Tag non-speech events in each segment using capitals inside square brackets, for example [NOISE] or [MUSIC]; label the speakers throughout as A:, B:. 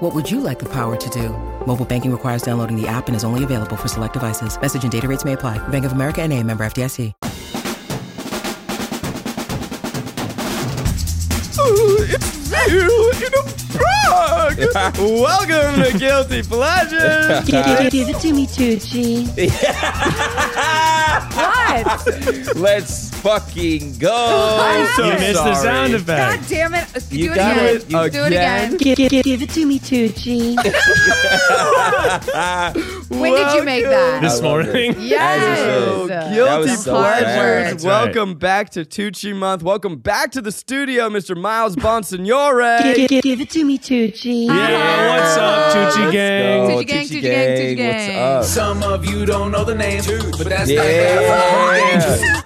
A: What would you like the power to do? Mobile banking requires downloading the app and is only available for select devices. Message and data rates may apply. Bank of America and a member FDIC.
B: It's you in a Prague. Welcome to Guilty Pleasures.
C: Give it, give it to me, Tucci.
B: [LAUGHS] [LAUGHS] Let's fucking go. I'm so
D: you missed the
B: sorry.
D: sound effect.
E: God damn it. Uh, Do
B: You
E: it
B: got
E: again.
B: it
E: Do it again.
C: Give, give, give it to me, Tucci.
E: When did you make that?
D: This
B: I love
D: morning?
B: it.
E: Yes.
B: So
E: That
B: guilty
E: was so bad.
B: pleasures.
D: That's right.
B: Welcome back to Tucci Month. Welcome back to the studio, Mr. Miles Bonsignore.
C: Give, give, give it to me, Tucci.
D: [LAUGHS] Yeah, what's up, Tucci
B: Let's
D: Gang?
B: go.
E: Tucci gang, Tucci gang, Tucci gang.
B: Oh, What's up?
F: Some of you don't know the name, but that's not bad.
B: Yeah.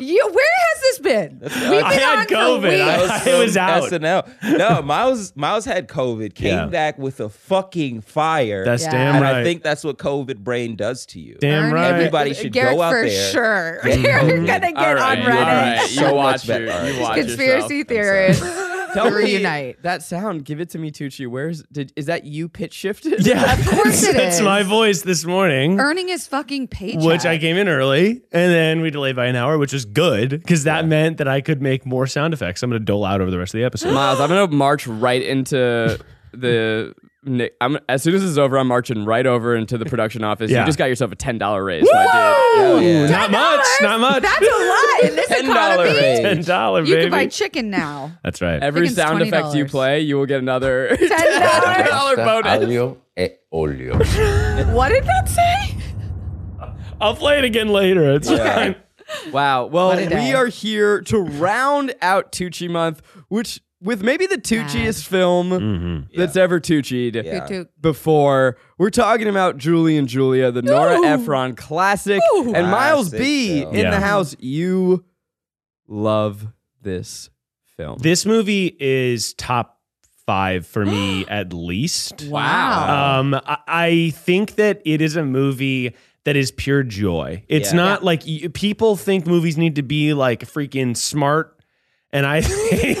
E: You, where has this been? We've been
D: I had
E: on for
D: COVID. I-
E: weeks.
D: [LAUGHS]
B: That
D: was
B: from
D: out.
B: SNL. No, Miles Miles had COVID, came
D: Yeah.
B: back with a fucking fire.
D: That's
E: Yeah.
D: damn
B: and
D: right.
B: I think that's what COVID brain does to you.
D: damn
E: Earn
D: right.
E: every-
B: Everybody should go
E: Garrett
B: out
E: for
B: there.
E: sure. [LAUGHS] You're going to get
F: Mm-hmm. All right,
E: on
F: all
E: Reddit.
F: right.
B: So
F: You watch
B: much better.
F: your,
B: All right.
F: you watch
E: Conspiracy
F: yourself.
E: theorists.
B: Tell me-
E: Reunite.
B: that sound. Give it to me, Tucci. Where's did is that you pitch shifted?
D: yeah,
B: [LAUGHS]
D: of [LAUGHS]
E: course it
D: It's
E: is.
D: my voice this morning,
E: [LAUGHS] Earning his fucking paycheck.
D: which I came in early, and then we delayed by an hour, which is good because that meant that I could make more sound effects. I'm going to dole out over the rest of the episode.
F: Miles, I'm gonna march right into the. Nick, I'm, as soon as this is over, I'm marching right over into the production office.
D: Yeah.
F: You just got yourself a ten dollar raise, my dude.
B: Yeah.
D: not much. Not much.
E: That's a lot in this
D: [LAUGHS]
B: Ten dollar
E: economy.
B: raise.
D: Ten dollar
E: You
D: baby.
E: can buy chicken now.
D: That's right.
F: Every
E: think it's
F: sound effect you
E: $20.
F: play, you will get another
E: [LAUGHS] Ten
B: [LAUGHS]
E: dollars.
F: dollar bonus.
G: Aglio e
E: [LAUGHS]
G: olio.
E: What did that say?
D: I'll play it again later. It's fine.
B: Wow. Well,
E: What a day.
B: we are here to round out Tucci month, which with maybe the Tucciest film
D: Mm,
E: Mm-hmm.
B: that's ever Tucci'd
E: Toot, toot.
B: before. We're talking about Julie and Julia, the Nora Ephron classic, and Miles B
G: film.
B: in
D: Yeah.
B: the house. You love this film.
D: This movie is top five for me, at least.
E: Wow.
D: Um, I, I think that it is a movie that is pure joy. It's
B: Yeah.
D: not like y- people think movies need to be like freaking smart, and I [LAUGHS] think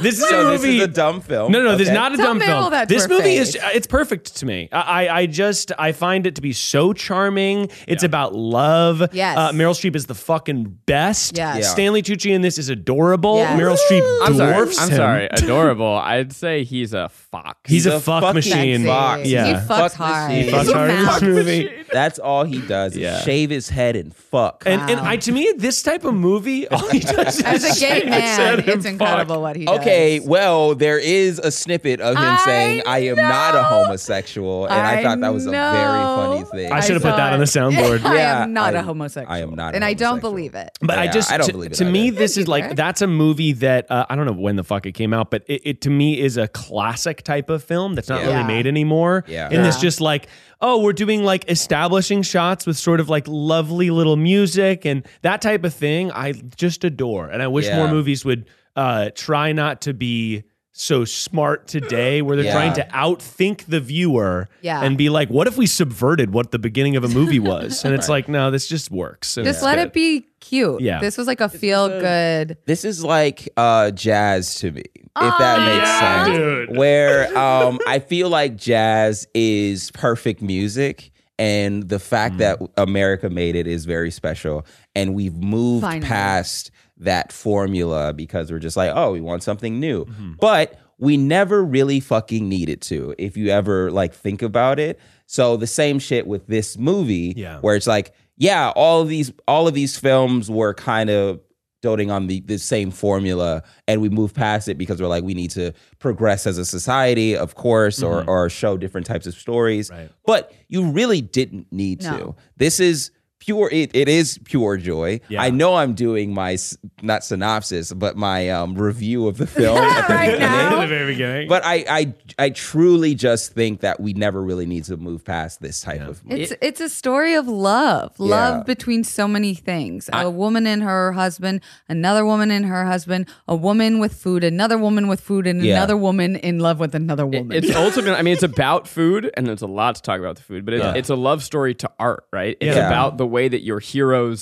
D: this is
B: so
D: a
B: this
D: movie.
B: is a dumb
F: Oh,
B: film.
D: no, no, this is
B: Okay.
D: not a
E: Some
D: dumb
E: people
D: film.
E: that's
D: This
E: their
D: movie is
E: fave.
D: it's perfect to me. I, I I just I find it to be so charming. It's about love.
E: Yes.
D: Uh, Meryl Streep is the fucking best.
E: Yes. Yeah.
D: Stanley Tucci in this is adorable.
E: Yes.
D: Meryl Streep
F: I'm sorry. I'm
D: dwarfs him. [LAUGHS]
F: sorry. Adorable. I'd say he's a fox.
D: He's, a, fuck
B: fucking
D: machine.
E: Sexy.
B: Fox.
D: Yeah.
E: He
D: Fuck
E: fucks
B: machine.
E: hard.
B: He
D: He
B: fucks
D: fucks
E: a
D: hard in this [LAUGHS]
E: mouth.
D: movie.
B: That's all he does.
D: Yeah.
B: Is shave his head and fuck.
D: And, and I, to me, this type of movie, [LAUGHS] all he does is
E: As a gay
D: shake his head
E: man,
D: and
E: it's
D: fuck.
E: incredible what he does.
B: Okay, well, there is a snippet of him
E: I
B: saying, I am not a
E: know.
B: homosexual. And I,
E: I
B: thought that was a very funny
E: know.
B: thing.
D: I should have
E: I
D: put
E: saw
D: that on the
E: it. [LAUGHS]
D: soundboard.
E: I
B: Yeah,
E: am not a
B: I'm-
E: homosexual.
B: I am not a
E: and I don't
B: homosexual.
E: believe it.
D: But I
B: Yeah,
D: just
B: I don't
D: to,
B: believe it
D: to me
B: either.
D: this is
E: you,
D: like
E: Eric.
D: that's a movie that uh, I don't know when the fuck it came out, but it, it to me is a classic type of film that's not
B: Yeah.
D: really
E: Yeah.
D: made anymore.
B: Yeah.
D: And this
E: Yeah.
D: just like oh we're doing like establishing shots with sort of like lovely little music and that type of thing. I just adore, and I wish
B: Yeah.
D: more movies would uh, try not to be so smart today where they're
B: Yeah.
D: trying to outthink the viewer
E: Yeah.
D: and be like what if we subverted what the beginning of a movie was and it's like no this just works and
E: Just
D: it's
E: let
D: good.
E: it be cute.
D: Yeah.
E: This was like a feel good.
B: This is like uh, jazz to me, if that
E: Aw.
B: makes
D: Yeah,
B: sense.
D: dude.
B: Where um, I feel like jazz is perfect music. And the fact that America made it is very special. And we've moved
E: Finally.
B: past that formula because we're just like, oh, we want something new. But we never really fucking needed to, if you ever like think about it. So the same shit with this movie,
D: Yeah.
B: where it's like, yeah, all of these all of these films were kind of doting on the, the same formula and we move past it because we're like we need to progress as a society of course or or show different types of stories
D: Mm-hmm. Right.
B: but you really didn't need
E: No.
B: to this is pure it, it is pure joy
D: Yeah.
B: i know i'm doing my s- not synopsis but my um, review
E: [LAUGHS]
B: of the film at the
E: Right
B: [LAUGHS] beginning.
E: now.
D: the very beginning.
B: but I, I i truly just think that we never really need to move past this type of
E: It's it's a story of love, love
B: Yeah.
E: between so many things. A woman and her husband, another woman and her husband, a woman with food, another woman with food, and
B: Yeah.
E: another woman in love with another woman.
B: [LAUGHS]
F: It's ultimately, I mean, it's about food, and there's a lot to talk about the food, but it's, it's a love story to art, right? It's
D: Yeah.
F: about the way that your heroes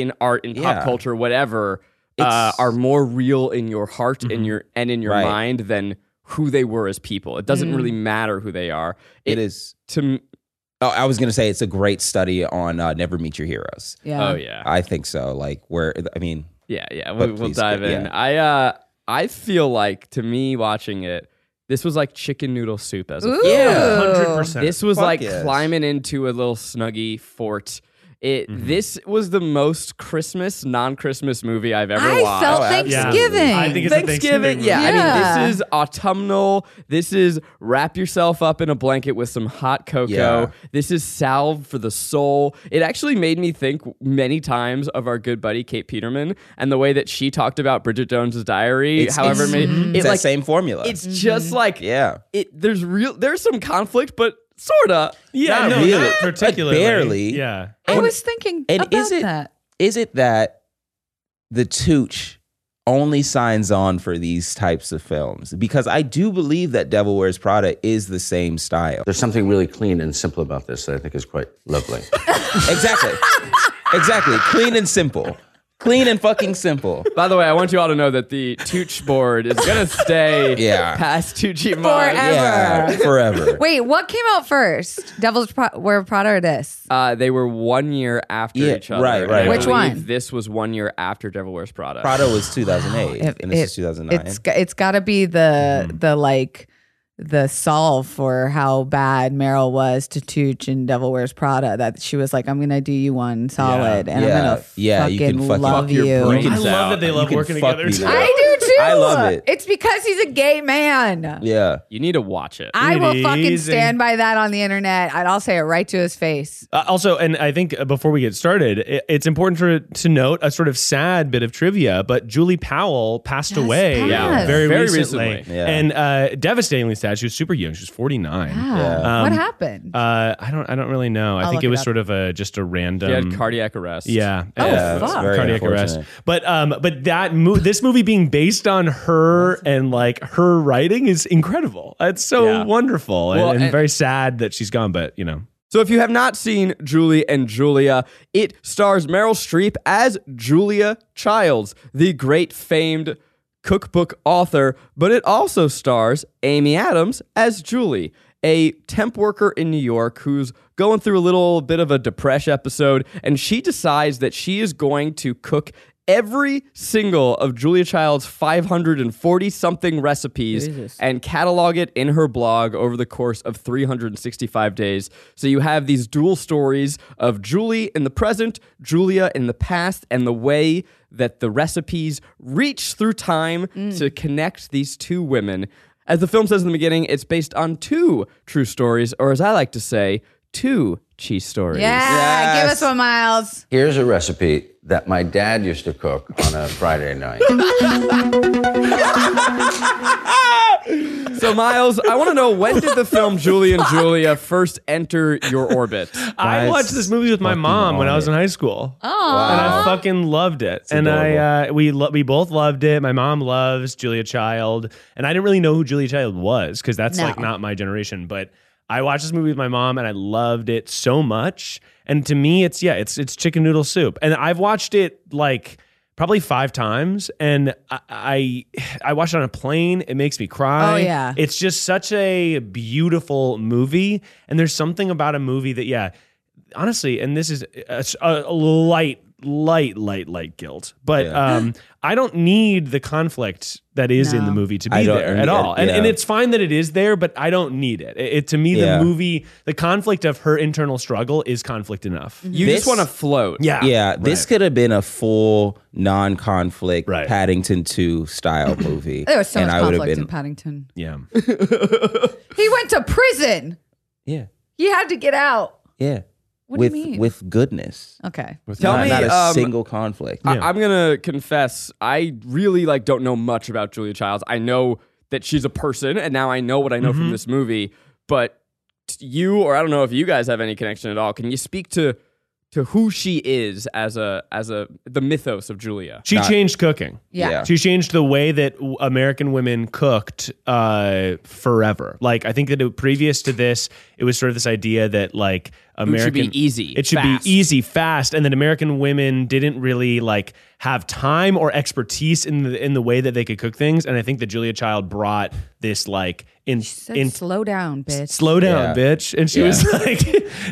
F: in art, in
B: Yeah.
F: pop culture, whatever, uh,
B: It's- Mm-hmm.
F: are more real in your heart and your and in your
B: Right.
F: mind than who they were as people. It doesn't really matter who they are.
B: it is
F: to m-
B: oh, i was gonna say it's a great study on uh, never meet your heroes
E: yeah.
F: [LAUGHS] oh yeah,
B: i think so like where i mean
F: Yeah, yeah.
B: Uh, But
F: We, we'll
B: please
F: dive
B: go-
F: in.
B: yeah.
F: I uh I feel like to me watching it, this was like chicken noodle soup as a
E: Ooh.
D: hundred percent.
F: This was
B: Fuck
F: like
B: yes.
F: climbing into a little snuggy fort. It
D: Mm-hmm.
F: this was the most Christmas, non-Christmas movie I've ever
E: I
F: watched.
E: felt
B: Oh, absolutely.
E: Thanksgiving.
D: I think it's a Thanksgiving.
F: Thanksgiving, yeah. I
E: Yeah.
F: mean, this is autumnal. This is wrap yourself up in a blanket with some hot cocoa.
B: Yeah.
F: This is salve for the soul. It actually made me think many times of our good buddy Kate Peterman and the way that she talked about Bridget Jones's Diary.
B: It's-
F: however,
B: it's-
F: many,
B: it's
F: it
B: that
F: like
B: same Mm-hmm. formula
F: it's just like
B: yeah
F: It there's real there's some conflict, but sorta.
D: yeah,
B: Not
D: no,
B: really,
D: not
B: but
D: particularly.
B: barely.
D: Yeah.
E: I
B: And-
E: was thinking
B: and
E: about
B: is it-
E: that.
B: is it that the Tooch only signs on for these types of films? Because I do believe that Devil Wears Prada is the same style.
H: There's something really clean and simple about this that I think is quite lovely.
E: [LAUGHS]
B: Exactly. exactly. Clean and simple. Clean and fucking simple.
F: By the way, I want you all to know that the Tooch board is
B: [LAUGHS]
F: gonna stay
B: Yeah.
F: past Tucci
E: Forever.
B: Yeah, forever.
E: Wait, what came out first? Devil's Pro- Wear Prada or this?
F: Uh, they were one year after
B: Yeah,
F: each other.
B: right,
F: and
B: right,
F: I
B: right.
E: Which
F: believe
E: one?
F: This was one year after Devil Wears Prada.
B: Prada was 2008,
E: It-
B: and this
E: it-
B: is 2009.
E: It's g- it's got to be the
B: Mm-hmm.
E: the like the solve for how bad Meryl was to Tooch and Devil Wears Prada that she was like, I'm gonna do you one solid and
B: Yeah.
E: I'm gonna
B: Yeah,
E: fucking,
B: you can fucking
E: love
B: fuck your
E: you.
B: brains
D: I love
F: out.
D: that they love
B: can
D: working
B: fuck
D: together.
B: me
D: too.
B: now.
E: I do too.
B: I love it.
E: It's because he's a gay man.
B: yeah.
F: You need to watch it.
E: I will fucking
D: Amazing.
E: stand by that on the internet. and I'll say it right to his face.
D: [LAUGHS] Uh, also, and I think uh, before we get started, i it's important to, to note a sort of sad bit of trivia, but Julie Powell passed
E: Yes,
D: away
E: passed. Yeah.
D: very,
F: Very
D: recently.
F: recently.
B: Yeah.
D: And uh, devastatingly sad. She was super young. She was 49.
E: Yeah. what
D: Um,
E: happened?
D: Uh, I don't I don't really know. I
E: I'll
D: think
E: look
D: it
E: it
D: was
E: up.
D: sort of a just a
F: He had
B: Um,
D: random
F: cardiac arrest.
D: Yeah.
E: Oh,
D: Yeah,
E: fuck.
B: it's very
D: cardiac arrest.
B: unfortunate.
D: But um but that mo- this movie being based on her and like her writing is incredible. It's so
F: Yeah.
D: wonderful and-
F: Well,
D: and,
F: and-
D: very sad that she's gone, but you know.
F: So if you have not seen Julie and Julia, it stars Meryl Streep as Julia Childs, the great famed cookbook author, but it also stars Amy Adams as Julie, a temp worker in New York who's going through a little bit of a depression episode and she decides that she is going to cook every single of Julia Child's 540 something recipes and catalog it in her blog over the course of 365 days. So you have these dual stories of Julie in the present, Julia in the past, and the way that the recipes reach through time to connect these two women. As the film says in the beginning, it's based on two true stories, or as I like to say, two cheese stories.
E: yeah, give us
B: yes.
E: one, Miles.
H: Here's a recipe that my dad used to cook on a Friday night.
F: So Miles, I want to know when did the film Julie and Julia first enter your orbit?
D: I
B: That's
D: watched this movie with my
B: fucking
D: mom when I
B: on
D: was
B: it.
D: in high school.
E: Oh,
D: And I fucking loved it. and I uh, we lo- we both loved it. My mom loves Julia Child, and I didn't really know who Julia Child was because that's
E: No.
D: like not my generation. But I watched this movie with my mom, and I loved it so much. And to me, it's yeah, it's it's chicken noodle soup. And I've watched it like probably five times, and I I, I watched it on a plane. It makes me cry.
E: Oh, yeah.
D: It's just such a beautiful movie. And there's something about a movie that, yeah, honestly, and this is a, a- a light, light, light, light guilt, but um, I don't need the conflict that is in the movie to
B: I
D: be
B: don't
D: there
B: need
D: at
B: it,
D: all. And, and
B: yeah.
D: it's fine that it is there, but I don't need it. It, it- to me,
B: Yeah.
D: the movie, the conflict of her internal struggle is conflict enough.
F: You
B: This-
F: just want to float.
D: Yeah.
B: Yeah, this could have been a full non-conflict
D: Right.
B: Paddington
F: [CLEARS THROAT]
B: 2 style movie.
E: there was so
B: and
E: much
B: I would have
E: conflict
B: been
E: in Paddington.
D: Yeah.
E: He went to prison.
B: Yeah.
E: He had to get out.
B: Yeah.
E: What
B: with
E: do you mean?
B: with goodness.
E: okay.
F: Tell
B: not,
F: me,
B: not a
F: um,
B: single conflict.
D: Yeah.
F: I, I'm gonna confess, I really like don't know much about Julia Childs. I know that she's a person, and now I know what I know from this movie. But t- you, or I don't know if you guys have any connection at all. Can you speak to to who she is as a as a the mythos of Julia?
D: She changed cooking.
E: Yeah.
B: Yeah.
D: She changed the way that w- American women cooked uh, forever. Like I think that it, previous to this, it was sort of this idea that like
F: Food should
D: American
F: be easy.
D: It should
F: fast.
D: be easy, fast, and that American women didn't really like have time or expertise in the in the way that they could cook things. And I think that Julia Child brought this like in,
E: Said,
D: in
E: slow down, bitch.
D: slow down,
B: Yeah.
D: bitch. And she
B: Yeah.
D: was [LAUGHS] like,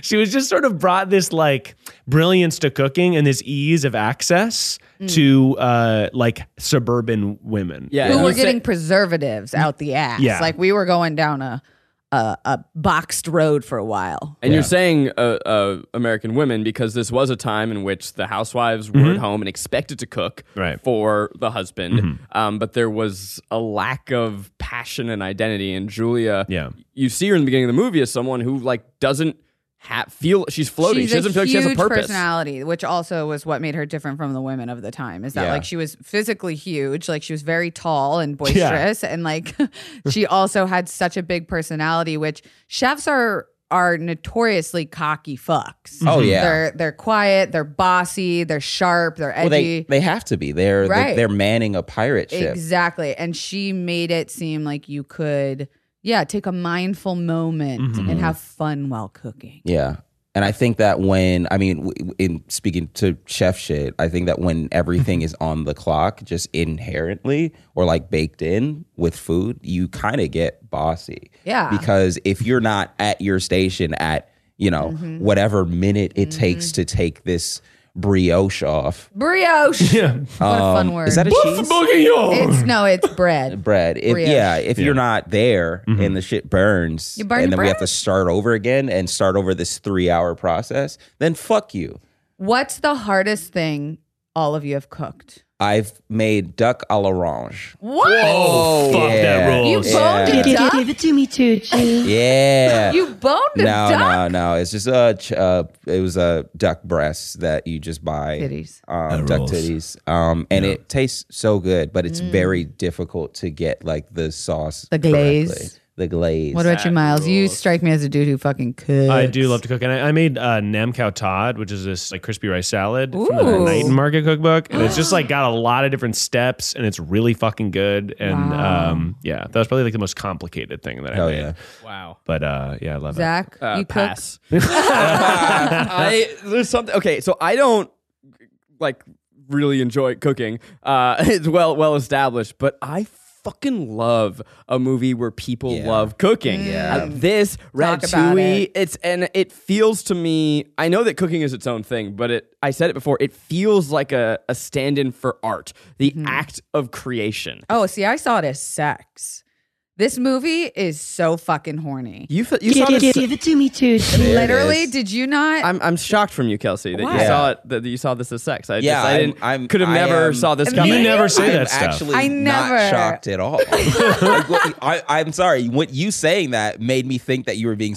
D: she was just sort of brought this like brilliance to cooking and this ease of access
E: Mm.
D: to uh like suburban women.
F: Yeah.
E: Who
F: You
E: were
F: say-
E: getting preservatives out the ass?
D: Yeah.
E: Like we were going down a a, a boxed road for a while.
F: And you're saying uh, uh, American women because this was a time in which the housewives were at home and expected to cook
D: Mm-hmm. Right. Mm-hmm.
F: for the husband, um, but there was a lack of passion and identity. And Julia,
D: Yeah.
F: you see her in the beginning of the movie as someone who like doesn't ha- feel she's floating.
E: She's
F: she doesn't
E: a
F: feel like she has a
E: huge
F: purpose.
E: personality, which also was what made her different from the women of the time. Is that
B: Yeah.
E: like she was physically huge, like she was very tall and boisterous, and like [LAUGHS] she also had such a big personality. Which chefs are are notoriously cocky fucks. Mm-hmm.
B: Oh, yeah.
E: they're they're quiet, they're bossy, they're sharp, they're edgy.
B: Well, they they have to be. They're they-
E: Right.
B: they're manning a pirate ship.
E: Exactly. And she made it seem like you could, yeah, take a mindful moment
F: Mm-hmm.
E: and have fun while cooking.
B: Yeah. And I think that when, I mean, w- in speaking to chef shit, I think that when
E: [LAUGHS]
B: everything is on the clock, just inherently or like baked in with food, you kind of get bossy.
E: Yeah.
B: Because if you're not at your station at, you know,
E: Mm-hmm.
B: whatever minute it takes to take this brioche off,
E: Brioche.
D: [LAUGHS] Yeah.
E: What
F: Um,
E: a fun word.
B: is that a cheese?
D: [LAUGHS]
E: it's no, it's bread.
B: bread. If,
E: Brioche.
B: yeah, if you're not there and the shit burns,
E: You burn
B: and then we have
E: bread?
B: to start over again and start over this three hour process, then fuck you.
E: What's the hardest thing all of you have cooked?
B: I've made duck à l'orange.
E: What?
D: Oh, fuck
B: yeah.
D: that
E: You
D: rules.
E: boned
B: Yeah.
E: a duck?
C: Give it to me too, G.
B: Yeah.
E: [LAUGHS] You boned a
B: no,
E: duck?
B: no, no. It's just a ch- uh, it was a duck breast that you just buy.
E: Titties.
B: Um, duck titties. Um, and it tastes so good, but it's very difficult to get like the sauce.
E: Mm. The
B: correctly.
E: glaze.
B: The glaze.
E: What about you, Miles? You strike me as a dude who fucking cooks.
D: I do love to cook, and I, I made uh, Nam Khao Todd, which is this like crispy rice salad from the
E: Ooh.
D: Night and Market cookbook, and
E: [GASPS]
D: it's just like got a lot of different steps, and it's really fucking good. And um, yeah, that was probably like the most complicated thing that I
B: Hell
D: made.
B: yeah.
F: Wow.
D: But uh, yeah, I love it.
E: Zach,
F: Uh,
E: you cook?
F: [LAUGHS]
E: [LAUGHS]
F: pass. I there's something. Okay, so I don't like really enjoy cooking. Uh, [LAUGHS] it's well well established, but I fucking love a movie where people
B: Yeah.
F: love cooking. Yeah, this
E: about
F: Ratatouille.
E: it.
F: It's and it feels to me. I know that cooking is its own thing, but it. I said it before. It feels like a, a stand-in for art, the
E: Mm-hmm.
F: act of creation.
E: Oh, see, I saw it as sex. This movie is so fucking horny.
F: You f- you saw
C: Give
F: this.
C: it to me too, G.
E: Literally,
B: is.
E: did you not?
F: I'm, I'm shocked from you, Kelsey, that you
E: Why?
F: saw it that you saw this as sex. I
B: Yeah,
F: just, I
B: I'm-
F: didn't.
B: I'm-
F: could have
B: I
F: never
B: am-
F: saw this
E: You
F: coming.
D: You never say
B: I'm
D: that stuff.
B: actually
E: I
B: not
E: never-
B: shocked
E: [LAUGHS]
B: at all. Like, what- I, I'm sorry. What you saying that made me think that you were being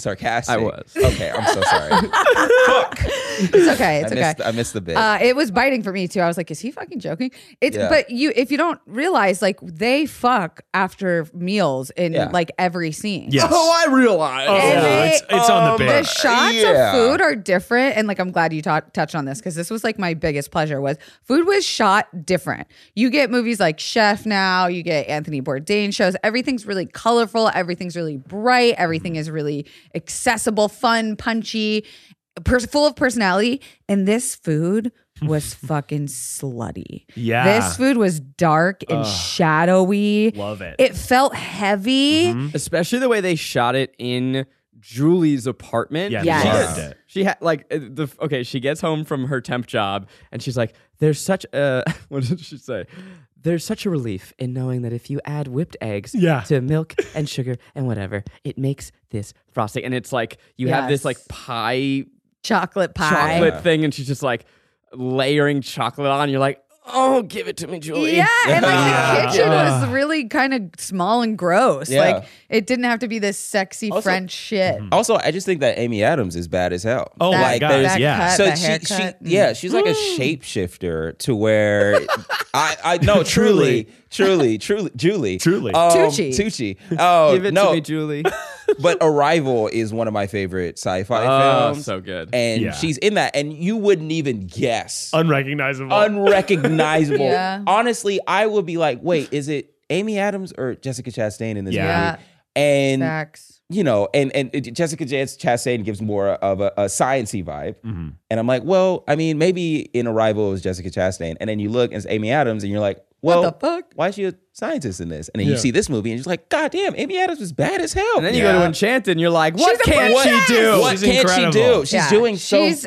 F: I
B: sarcastic.
F: was.
B: Okay, I'm so
E: [LAUGHS]
B: sorry.
E: [LAUGHS] it's okay. It's
B: I,
E: okay.
B: missed, I missed the bit.
E: Uh, it was biting for me too. I was like, "Is he fucking joking?" It's
B: Yeah.
E: but you if you don't realize, like they fuck after meals in
B: Yeah.
E: like every scene.
D: Yes.
F: [LAUGHS] Oh, I realize.
D: Oh,
E: And they- um,
D: it's, it's on the
E: The
D: bit.
E: shots
B: yeah.
E: of food are different, and like I'm glad you ta- touched on this because this was like my biggest pleasure was food was shot different. You get movies like Chef now, you get Anthony Bourdain shows. Everything's really colorful, everything's really bright, everything is really accessible, fun, punchy, pers- full of personality. And this food
D: [LAUGHS]
E: was fucking slutty.
D: Yeah.
E: this food was dark and shadowy.
D: Love it. Mm-hmm.
E: It felt heavy.
F: Especially the way they shot it in Julie's apartment.
D: Yeah,
E: Yes.
F: She
E: loved
F: gets-
D: it.
F: She had like uh, the okay. She gets home from her temp job and she's like, "There's such a [LAUGHS] what did she say? There's such a relief in knowing that if you add whipped eggs
D: Yeah.
F: to milk and sugar and whatever, it makes this frosting." And it's like you have this
E: Yes.
F: like pie
E: Chocolate pie.
F: chocolate thing, and she's just like layering chocolate on. You're like, oh, give it to me, Julie.
E: Yeah, and like
B: [LAUGHS] Yeah.
E: the kitchen was really kind of small and gross.
B: Yeah. Mm-hmm.
E: Like it didn't have to be this sexy
B: Also-
E: French shit.
B: Also, I just think that Amy Adams is bad as hell.
D: Oh my
E: That-
B: like,
D: God,
B: there's-
E: that
D: yeah.
E: cut,
B: So
E: that
B: she,
E: haircut,
B: she,
E: mm.
B: yeah, she's like a shapeshifter to where I, I no, truly, truly, truly, Julie,
D: Truly.
B: um,
E: Tucci.
B: Tucci.
F: [LAUGHS]
B: Oh
F: Give it
B: no,
F: to me,
B: [LAUGHS]
F: Julie.
B: but Arrival is one of my favorite sci-fi
F: Oh,
B: films.
F: so good.
B: and
D: Yeah.
B: she's in that, and you wouldn't even guess,
F: [LAUGHS]
D: Unrecognizable.
B: unrecognizable.
E: Yeah.
B: Honestly, I would be like, wait, is it Amy Adams or Jessica Chastain in this
D: Yeah.
E: Yeah,
B: movie? And
E: facts.
B: you know, and and it- Jessica J- Chastain gives more of a, a sciency vibe,
F: Mm-hmm.
B: and I'm like, well, I mean, maybe in Arrival it was Jessica Chastain, and then you look and it's Amy Adams, and you're like, well,
E: the fuck?
B: why is she a scientist in this? And then
D: Yeah.
B: you see this movie, and you're just like, god damn, Amy Adams is bad as hell.
F: And then you go to Enchanted and you're like, what
E: She's a
F: can
E: princess!
F: she do?
B: what
D: She's
B: can she do?
D: incredible.
B: She's
E: Yeah.
B: doing so.
E: She's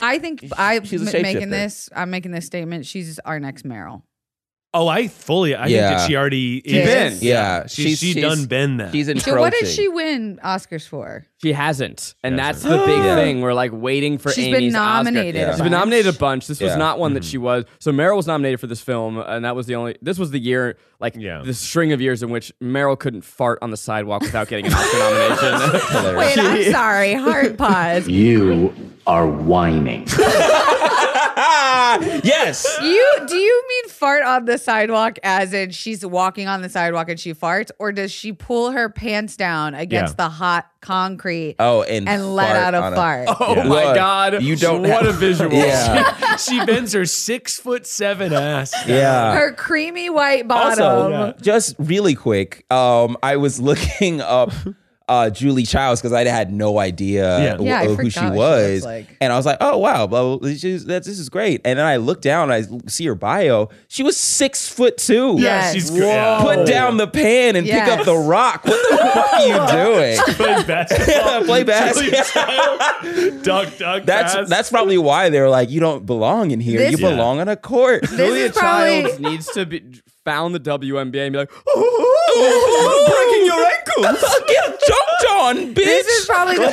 E: I think I
B: she's
E: she's
B: a shapeshifter.
E: making this. I'm making this statement. She's our next Meryl.
D: oh, I fully. I think
B: Yeah.
D: that she already.
E: She
D: is-
F: been.
B: Yeah,
D: she's, she done been that.
B: She's encroaching.
E: So what did she win Oscars for?
F: She hasn't. And
D: She
F: that's
D: hasn't.
F: the big
B: Yeah.
F: thing. We're like waiting for
E: She's been
F: Amy's Oscar.
E: nominated
B: a
F: She's been
E: bunch.
F: nominated a bunch. This was
B: Yeah. Mm-hmm.
F: not one that she was. So Meryl was nominated for this film, and that was the only. This was the year, like
D: Yeah.
F: the string of years in which Meryl couldn't fart on the sidewalk without getting an Oscar nomination.
B: [LAUGHS]
E: Wait, I'm sorry. Hard pause.
I: You are whining.
B: Ah, yes.
E: You do you mean fart on the sidewalk as in she's walking on the sidewalk and she farts, or does she pull her pants down against
D: Yeah.
E: the hot concrete
B: Oh, and
E: and let
B: fart
E: out a
B: on
E: fart?
F: oh
D: Yeah.
F: my
B: Look,
F: God!
B: you don't
F: What
B: have-
F: a visual.
E: [LAUGHS]
B: [LAUGHS]
D: [LAUGHS]
B: Yeah.
D: she bends her six foot seven ass.
F: Oh.
B: yeah.
E: her creamy white bottom.
B: Also, just really quick, um, I was looking [LAUGHS] up uh, Julie Childs because I had no idea
D: Yeah.
B: wh-
E: Yeah, I
B: who
E: forgot
B: she
E: what she
B: was,
E: looks like.
B: and I was like, "Oh wow, blah, blah, blah, she's, that's, this is great." And then I look down, and I see her bio. She was six foot two.
E: Yes.
D: she's
E: Whoa.
D: great. Yeah.
B: Put down the pan and pick up
E: Yes.
B: the rock.
E: [LAUGHS]
B: What the fuck are you doing?
D: Play [LAUGHS] basketball.
B: [LAUGHS] Play basketball.
D: basketball. duck, duck.
B: That's
D: pass.
B: that's probably why they were like, "You don't belong in here.
E: This-
B: you
D: Yeah.
B: belong on a court."
E: This
F: Julia
E: is probably-
F: Childs needs to be found the WNBA and be like, "Oh,
B: [LAUGHS]
F: breaking your ankles.
B: Get jumped on, bitch.
E: This is probably
B: [LAUGHS]
E: the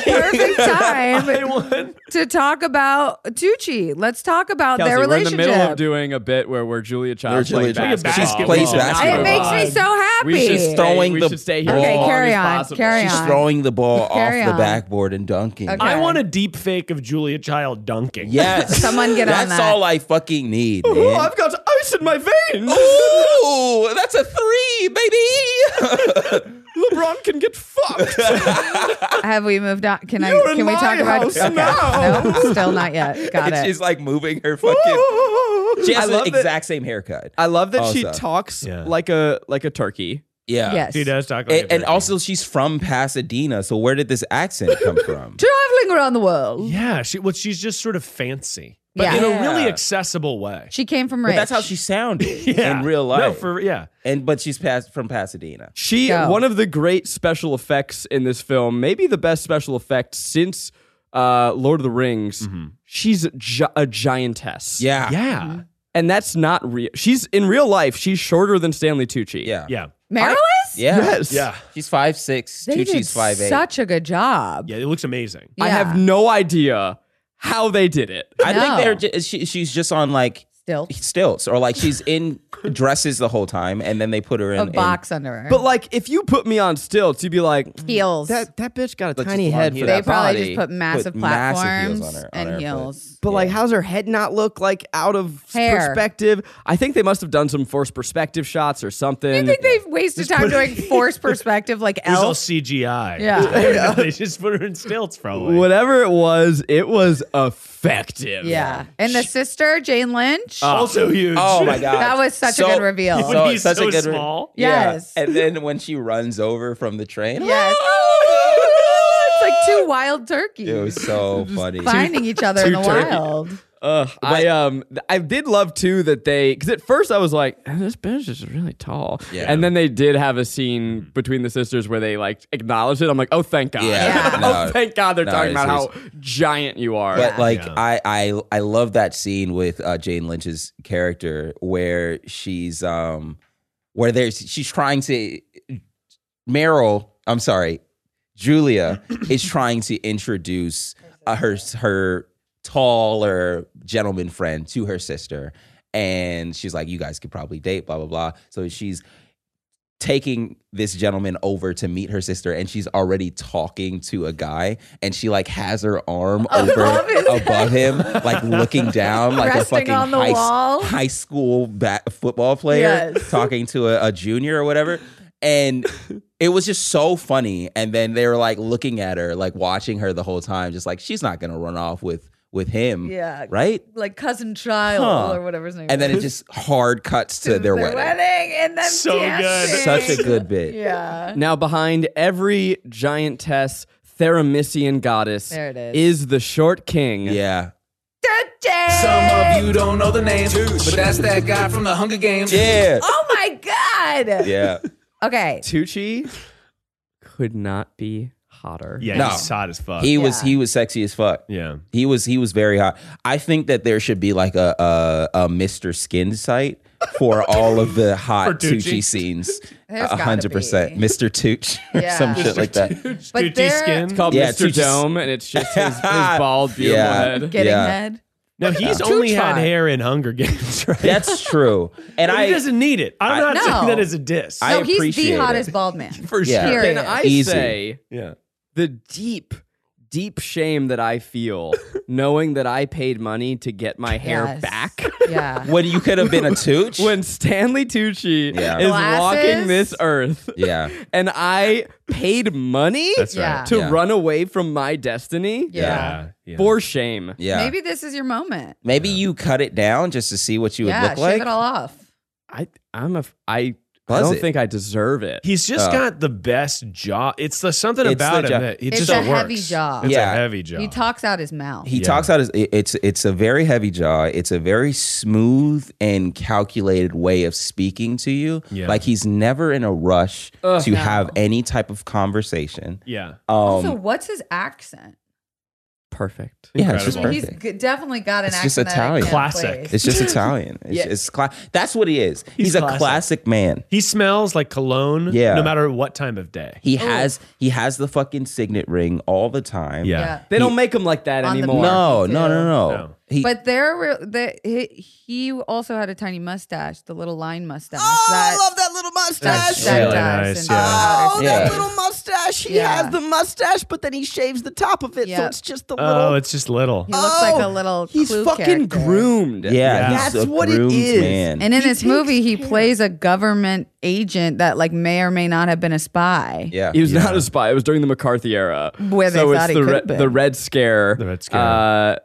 F: [LAUGHS]
E: perfect time
D: want-
E: to talk about Tucci. Let's talk about
F: Kelsey,
E: their
F: we're in
E: relationship.
F: the middle of doing a bit where we're Julia Childs
B: We're Julia
F: playing
B: Childs.
F: basketball.
D: She's plays
E: it
D: basketball.
E: makes me so happy.
F: We should stay,
B: Throwing
F: we
B: the
F: should stay here. as
E: Okay,
F: long
E: carry
F: as
E: on,
F: possible.
E: carry
B: She's
F: [LAUGHS]
E: on.
B: throwing the ball
E: Carry
B: off the
E: on.
B: backboard and dunking.
E: Okay.
D: I want a deep fake of Julia Child dunking. [LAUGHS]
B: Yes.
E: [LAUGHS] Someone get on
B: That's
E: that.
B: all I fucking need, man.
F: Ooh, Oh, I've got ice in my Oh, veins.
B: [LAUGHS] Ooh, that's a three, baby. [LAUGHS]
F: LeBron can get fucked. [LAUGHS]
E: Have we moved on? Can I?
F: You're in
E: Can we
F: my
E: talk about
F: house now.
E: No, still not
F: [LAUGHS]
E: yet. Got
B: and
E: it.
B: she's like moving her fucking. [LAUGHS] She has the exact same haircut.
F: I love that she
B: Also.
F: talks
D: Yeah.
F: like a like a turkey.
B: yeah.
E: yes.
D: She does talk like
B: And, and also, she's from Pasadena. So where did this accent come from?
E: Traveling around the world.
D: yeah, she well, she's just sort of fancy, but
E: [LAUGHS] Yeah.
D: in a really
B: Yeah.
D: accessible way.
E: She came from
B: But
E: rich.
B: that's how she
F: [LAUGHS]
B: sounded
D: Yeah.
B: in real life.
D: No, for yeah.
B: and but she's pas- from Pasadena.
F: She
E: Go.
F: one of the great special effects in this film, maybe the best special effect since uh, Lord of the Rings. She's gi- a giantess.
B: Mm-hmm. Yeah.
D: Yeah.
F: and that's not real. She's in real life. She's shorter than Stanley Tucci.
B: Yeah.
D: Yeah.
E: Meryl is.
B: Yeah.
F: Yes.
D: Yeah.
B: She's five six.
E: They did
B: Tucci's five eight.
E: such a good job.
D: Yeah. It looks amazing.
F: I have
E: Yeah.
F: no idea how they did it.
B: I
E: No.
B: think they're ju- she, she's just on like
E: Still
B: stilts or like she's
E: [LAUGHS]
B: in dresses the whole time and then they put her in
E: a
B: in-
E: box under her.
F: But like, if you put me on stilts, you'd be like,
E: heels.
F: that that bitch got a
B: Like,
F: tiny
B: just long
F: head for
B: heels.
E: they
F: that
E: probably
F: body.
E: just put massive
B: Put massive
E: platforms
B: heels on her- on
E: and
B: her foot.
E: heels.
F: but like, how's her head not look like out of
E: Hair.
F: perspective? I think they must have done some forced perspective shots or something.
E: I think they've wasted time doing
B: [LAUGHS]
E: forced perspective like
D: It was all
E: elf.
D: CGI.
E: Yeah.
D: [LAUGHS] they just put her in stilts probably. [LAUGHS]
F: Whatever it was, it was effective.
E: Yeah. And the sister, Jane Lynch.
D: also huge.
B: Oh my god,
E: That was such a good reveal.
B: So,
D: When he's
B: such
D: so
B: Oh, a good re-
D: small.
B: Yeah.
E: Yes.
B: and then when she runs over from the train,
E: Yes.
B: [LAUGHS]
E: it's like two wild turkeys
B: it was so
E: [LAUGHS]
B: funny.
E: finding each other in the wild.
F: [LAUGHS] Ugh, I um th- I did love too that they because at first I was like "Eh, this bench is really tall,
B: Yeah. Mm-hmm.
F: and then they did have a scene between the sisters where they like acknowledged it. I'm like, oh thank God,
B: Yeah. Yeah.
F: [LAUGHS] oh
B: No.
F: thank God they're
B: No,
F: talking about
B: it's-
F: how giant you are.
B: But like I, I I love that scene with uh, Jane Lynch's character where she's um where there's she's trying to Meryl I'm sorry Julia is trying to introduce uh, her her taller gentleman friend to her sister and she's like you guys could probably date blah blah blah so she's taking this gentleman over to meet her sister and she's already talking to a guy and she like has her
E: [LAUGHS]
B: arm
E: Above his
B: over above him like looking down like a
E: Resting
B: fucking
E: on the
B: high, s-
E: wall.
B: high school ba- football player [LAUGHS]
E: Yes.
B: talking to a, a junior or whatever and it was just so funny and then they were like looking at her like watching her the whole time just like she's not gonna run off with with him
E: Yeah.
B: right
E: Like cousin child
B: Huh.
E: or whatever his name
B: and
E: is.
B: then it [LAUGHS] just hard cuts to their wedding,
E: and then
D: So good.
E: dancing.
B: such a [LAUGHS] good
E: [LAUGHS]
B: bit
E: Yeah.
F: now behind every giantess, Theramisian goddess
E: There it is.
F: is the short king.
B: yeah
E: Today.
I: You don't know the name, but that's that guy from the Hunger Games.
B: yeah
E: Oh my God.
B: [LAUGHS] yeah
E: Okay.
F: Tucci could not be hotter.
D: Yeah,
B: No.
D: he's hot as fuck.
B: he was he was sexy as fuck
D: yeah.
B: He was he was very hot. I think that there should be like a a, a Mr. Skin site for all
D: [LAUGHS]
B: of the
D: For
B: hot
D: Tucci.
B: Tucci scenes.
E: There's
B: A hundred
E: gotta
B: percent,
E: be.
B: Mr. Tooch or
E: Yeah.
B: some shit like that.
E: But
D: Gucci
E: there-
D: skin.
F: It's called
B: Yeah,
F: Mr.
B: Tucci's-
F: Dome, and it's just his, his bald, beautiful
B: Yeah.
F: head.
E: Getting
B: Yeah.
E: head.
D: Now he's only had
E: Tron.
D: hair in Hunger Games, [LAUGHS] right?
B: [LAUGHS] That's true. And
D: But he
B: I
D: doesn't need it. I'm
B: I-
D: not saying
E: No.
D: that as a diss.
B: I
E: No, he's
B: appreciate
E: the
B: it.
E: hottest bald
B: [LAUGHS]
E: man.
F: For
B: Yeah.
E: sure.
F: And I
B: Easy.
F: say
D: yeah.
F: the deep, deep shame that I feel knowing that I paid money to get my hair
E: Yes.
F: back.
E: Yeah.
B: when you could have been a Tooch.
F: When Stanley Tucci
B: Yeah.
F: is
E: Glasses?
F: walking this earth,
B: yeah.
F: and I paid money
D: That's
E: Yeah.
D: right.
F: to
B: Yeah.
F: run away from my destiny,
E: Yeah.
D: Yeah. yeah.
F: for shame.
B: Yeah. Maybe,
E: Maybe this is your moment.
B: you cut it down just to see what you would
E: yeah.
B: look
E: Shave
B: like.
E: it all off.
F: I, I'm a, f- I, I
B: Buzz
F: don't
B: it.
F: think I deserve it.
D: He's just
B: Uh,
D: got the best jaw. It's the something
B: It's
D: about
B: the
D: him
B: jaw.
D: that it
E: It's
D: just
E: a
D: works.
E: heavy jaw.
D: It's
B: Yeah.
D: a heavy jaw.
E: He talks out his mouth.
B: He
D: Yeah.
B: talks out his it- it's it's a very heavy jaw. It's a very smooth and calculated way of speaking to you.
D: Yeah.
B: Like he's never in a rush
F: Ugh,
B: to
E: no.
B: have any type of conversation.
D: yeah.
B: Um
E: also, what's his accent?
F: Perfect.
B: yeah, it's just
E: I mean, he's
B: perfect.
E: g- definitely got an
B: It's just
E: accent. that I
B: Italian.
E: can't
D: Classic.
E: place. [LAUGHS]
B: It's just Italian. It's, it's cla- that's what he is. He's,
D: He's
B: a
D: classic.
B: classic man.
D: He smells like cologne
B: Yeah.
D: no matter what time of day.
B: He has he has the fucking signet ring all the time.
D: Yeah.
E: Yeah.
F: They don't make them like that
E: On the
F: anymore.
B: No, no, no, no.
D: No.
B: He,
E: But there were the he, he also had a tiny mustache, the little line mustache. Oh, I love that little mustache.
D: That's really nice, yeah.
B: Oh, that Yeah. little
J: mustache.
E: He Yeah. has the
J: mustache, but then he shaves the top of it,
E: so Yeah. it's
J: just the
D: Oh, it's just little.
E: He looks like a little.
F: He's
E: Clue
F: fucking
E: character.
F: groomed.
B: yeah, he's
J: That's
B: a
J: what it
B: groomed
J: is.
B: Man.
E: And in this movie, he plays a government agent that like may or may not have been a spy.
B: yeah.
F: He was not a spy. It was during the McCarthy era.
E: Where they
F: so it's
E: thought he
F: the,
E: could
F: Re-
E: have been.
F: the Red Scare.
D: The Red Scare.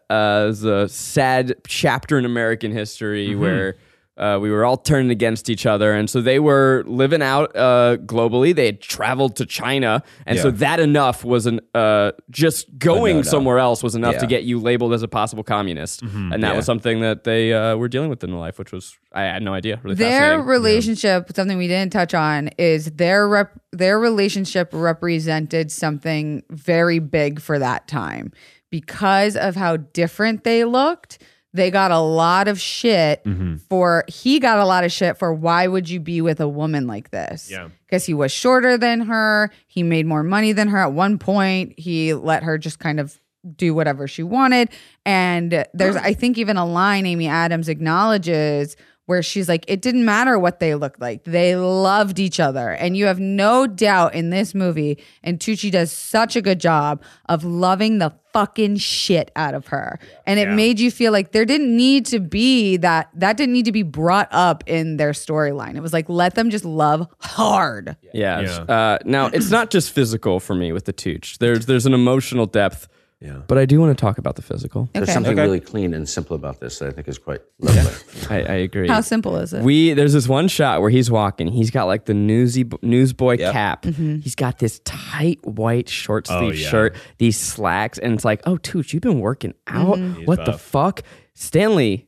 F: Uh, uh, is a sad chapter in American history
B: Mm-hmm.
F: where uh, we were all turned against each other. And so they were living out uh, globally. They had traveled to China. And so
B: Yeah.
F: that enough was an uh, just going
B: no-no.
F: somewhere else was enough
B: Yeah.
F: to
B: Mm-hmm.
F: get you labeled as a possible communist. And that was something that they uh, were dealing with in life, which was, I had no idea. Really
E: Their
F: fascinating.
E: relationship, something we didn't touch on, is their rep- their relationship represented something very big for that time because of how different they looked. They got a lot of shit for he got a lot of shit for why would you be with a woman like this?
D: Yeah.
E: Because he was shorter than her, he made more money than her at one point. He let her just kind of do whatever she wanted. And there's, I think, even a line Amy Adams acknowledges where she's like, it didn't matter what they looked like. They loved each other. And you have no doubt in this movie, and Tucci does such a good job of loving the fucking shit out of her. And it made you feel like there didn't need to be that, that didn't need to be brought up in their storyline. It was like, let them just love hard.
F: Yeah. it's- Uh, now it's not just physical for me with the Tooch. There's there's an emotional depth. Yeah. But I do want to talk about the physical.
H: There's something really clean and simple about this that I think is quite lovely.
F: I, I agree.
E: How simple is it?
F: we there's this one shot where he's walking. He's got like the newsy newsboy cap. He's got this tight white short sleeve
D: yeah.
F: shirt, these slacks, and it's like, oh, Tooch, you've been working out. What the fuck? Stanley,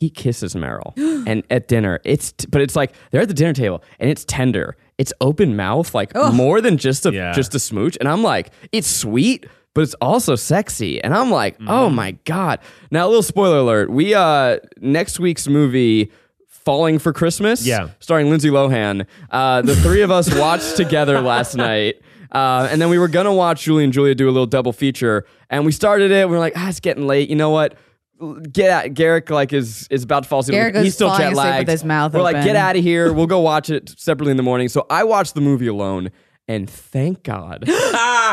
F: he kisses Meryl, and at dinner, it's t- but it's like they're at the dinner table, and it's tender, it's open mouth, like more than just a
D: Yeah.
F: just a smooch, and I'm like, it's sweet. But it's also sexy, and I'm like, oh my god! Now, a little spoiler alert: we uh next week's movie, Falling for Christmas,
D: Yeah.
F: starring Lindsay Lohan. Uh, the three of us watched together last night. Uh, and then we were going to watch Julie and Julia do a little double feature. And we started it. We were like, ah, it's getting late. You know what? L- Get out. Garrick like is is about to fall asleep.
E: Garrick
F: He's
E: is
F: still
E: falling
F: jet
E: asleep
F: lagged.
E: with his mouth
F: we're like,
E: open.
F: get out of here. We'll go watch it separately in the morning. So I watched the movie alone. And thank
E: [GASPS]
F: God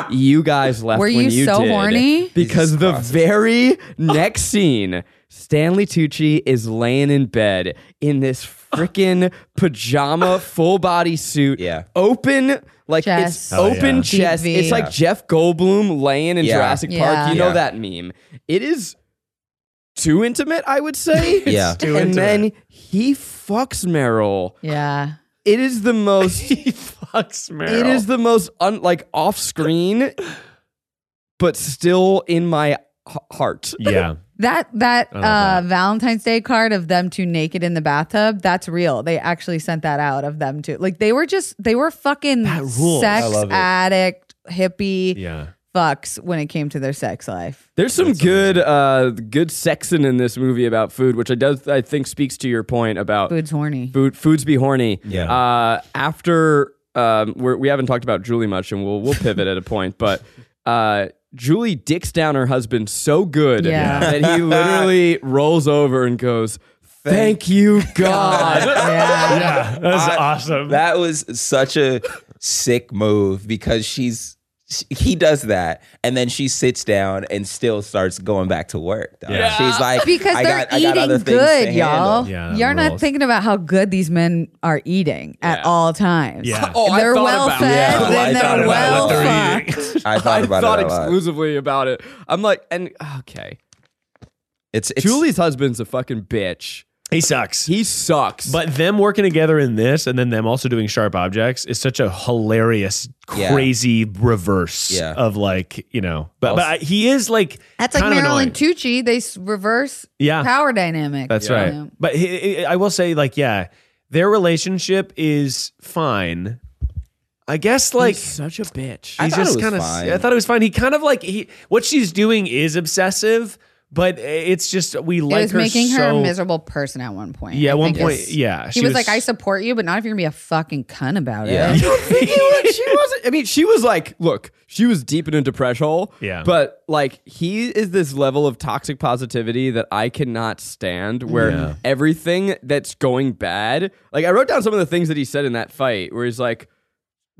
F: you guys left.
E: Were
F: when
E: you so
F: did.
E: horny?
F: Because the very next scene, Stanley Tucci is laying in bed in this freaking
E: [LAUGHS]
F: pajama full body suit.
B: Yeah.
F: Open, like it's
E: Chest. Oh,
F: open
D: yeah.
F: chest.
E: Deep V.
F: It's like Jeff Goldblum laying in
B: Yeah.
F: Jurassic
E: Yeah.
F: Park. You know
B: Yeah.
F: that meme. It is too intimate, I would say.
B: Yeah.
D: too
F: and
D: intimate.
F: then he fucks Meryl.
E: Yeah.
F: It is the most
D: [LAUGHS] he fucks Meryl.
F: it is the most un, like off screen, but still in my h- heart.
D: yeah.
E: That that uh,
D: love that.
E: Valentine's Day card of them two naked in the bathtub, that's real. They actually sent that out of them two. Like they were just they were fucking
D: That rules.
E: sex
D: I love it.
E: addict, hippie
D: Yeah.
E: fucks when it came to their sex life.
F: There's some good, uh, good sexing in this movie about food, which I does I think speaks to your point about
E: Food's horny.
F: food. Foods be horny.
B: Yeah.
F: Uh, after um, we're, we haven't talked about Julie much, and we'll we'll pivot at a point, but uh, Julie dicks down her husband so good
E: Yeah.
F: that
E: [LAUGHS]
F: he literally rolls over and goes, "Thank you, [LAUGHS] God."
E: yeah.
D: Yeah. That's
B: I-
D: awesome.
B: That was such a sick move because she's she, he does that and then she sits down and still starts going back to work. dog.
D: Yeah.
B: She's like
E: Because
B: I
E: they're
B: got, I got other
E: eating
B: things
E: good,
B: to
E: y'all.
B: handle.
D: Yeah,
E: You're not
D: rules.
E: thinking about how good these men are eating at all times.
B: [LAUGHS]
D: Yeah.
F: Oh, I
E: they're
F: thought
E: well
F: about
E: fed,
B: that. Yeah, I
E: then
B: thought
E: they're
B: about
E: well
B: what they're
E: fucked.
D: eating.
B: I thought about
F: thought
B: it a lot.
F: exclusively about it. I'm like, and okay,
B: It's, it's
F: Julie's husband's a fucking bitch.
D: He sucks.
F: He sucks.
D: But them working together in this and then them also doing sharp objects is such a hilarious,
B: Yeah.
D: crazy reverse
B: Yeah.
D: of like, you know, but, but I, he is like,
E: That's like
D: kind of
E: Marilyn
D: annoying.
E: Tucci. They s- reverse
D: Yeah.
E: power dynamic.
D: That's
E: you
D: right.
E: know?
D: But he, he- I will say, like, yeah, their relationship is fine. I guess, like,
F: he's such a bitch.
B: I
D: he's
B: thought it
D: just
B: was
D: kind of.
B: fine.
D: I thought it was fine. He kind of like he. What she's doing is obsessive, but it's just we
E: It
D: like
E: was
D: her
E: making her
D: so-
E: a miserable person at one point.
D: Yeah,
E: I
D: at one
E: think
D: point,
E: it's-
D: yeah,
E: He
D: she
E: was,
D: was-
E: like, I support you, but not if you're going to be a fucking cunt about
B: Yeah.
E: it.
D: [LAUGHS]
F: she wasn't. I mean, she was like, look, she was deep in a depression hole.
D: Yeah.
F: But like, he is this level of toxic positivity that I cannot stand. Where everything that's going bad, like I wrote down some of the things that he said in that fight, where he's like.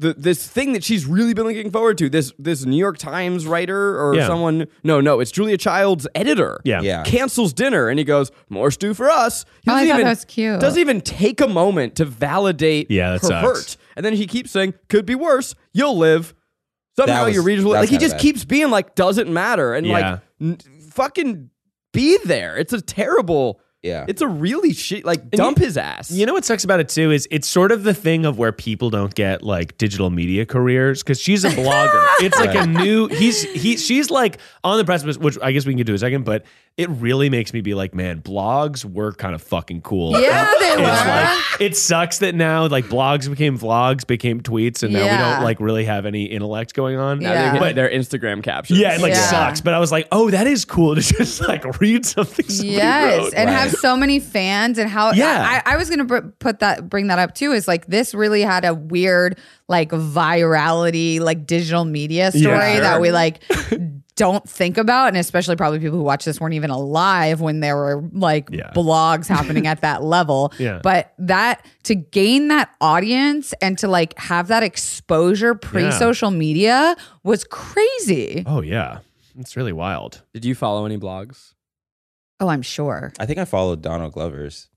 F: The, this thing that she's really been looking forward to this this New York Times writer or
D: Yeah.
F: someone no no it's Julia Child's editor
D: Yeah.
B: Yeah.
F: cancels dinner and he goes more stew for us he
E: Oh, I
F: doesn't
E: thought that was cute.
F: doesn't even take a moment to validate
D: Yeah, that
F: her
D: sucks.
F: hurt and then he keeps saying, "Could be worse. You'll live." Somehow
B: That was-
F: you're reasonable.
B: that
F: Like
B: was
F: he
B: kinda
F: just
B: bad.
F: keeps being like, "Doesn't matter," and
D: Yeah.
F: like, n- fucking be there. It's a terrible.
B: Yeah.
F: It's a really shit. Like dump his ass.
D: You know what sucks about it too is it's sort of the thing of where people don't get like digital media careers because she's
E: [LAUGHS]
D: a blogger. it's like a new he's he she's like on the precipice, which I guess we can get to in a second, but it really makes me be like, man, blogs were kind of fucking cool.
E: [LAUGHS]
D: [LAUGHS]
E: Yeah, they
D: It's
E: were.
D: like, it sucks that now like blogs became vlogs, became tweets, and now we
E: Yeah.
D: don't like really have any intellect going on.
E: Now they Yeah. can-
D: But-
F: their Instagram captions.
D: yeah, it like
E: Yeah.
D: sucks. But I was like, oh, that is cool to [LAUGHS] just like read something. somebody
E: yes,
D: wrote.
E: and have so many fans, and how
D: Yeah.
E: I, I was gonna br- put that bring that up too is like this really had a weird like virality like digital media story
D: sure.
E: that we
D: [LAUGHS]
E: like don't think about, and especially probably people who watch this weren't even alive when there were like
D: Yeah.
E: blogs happening at that level.
D: Yeah.
E: But that to gain that audience and to like have that exposure pre social media was crazy.
D: Oh yeah, it's really wild.
F: Did you follow any blogs?
E: Oh, I'm sure.
B: I think I followed Donald Glover's.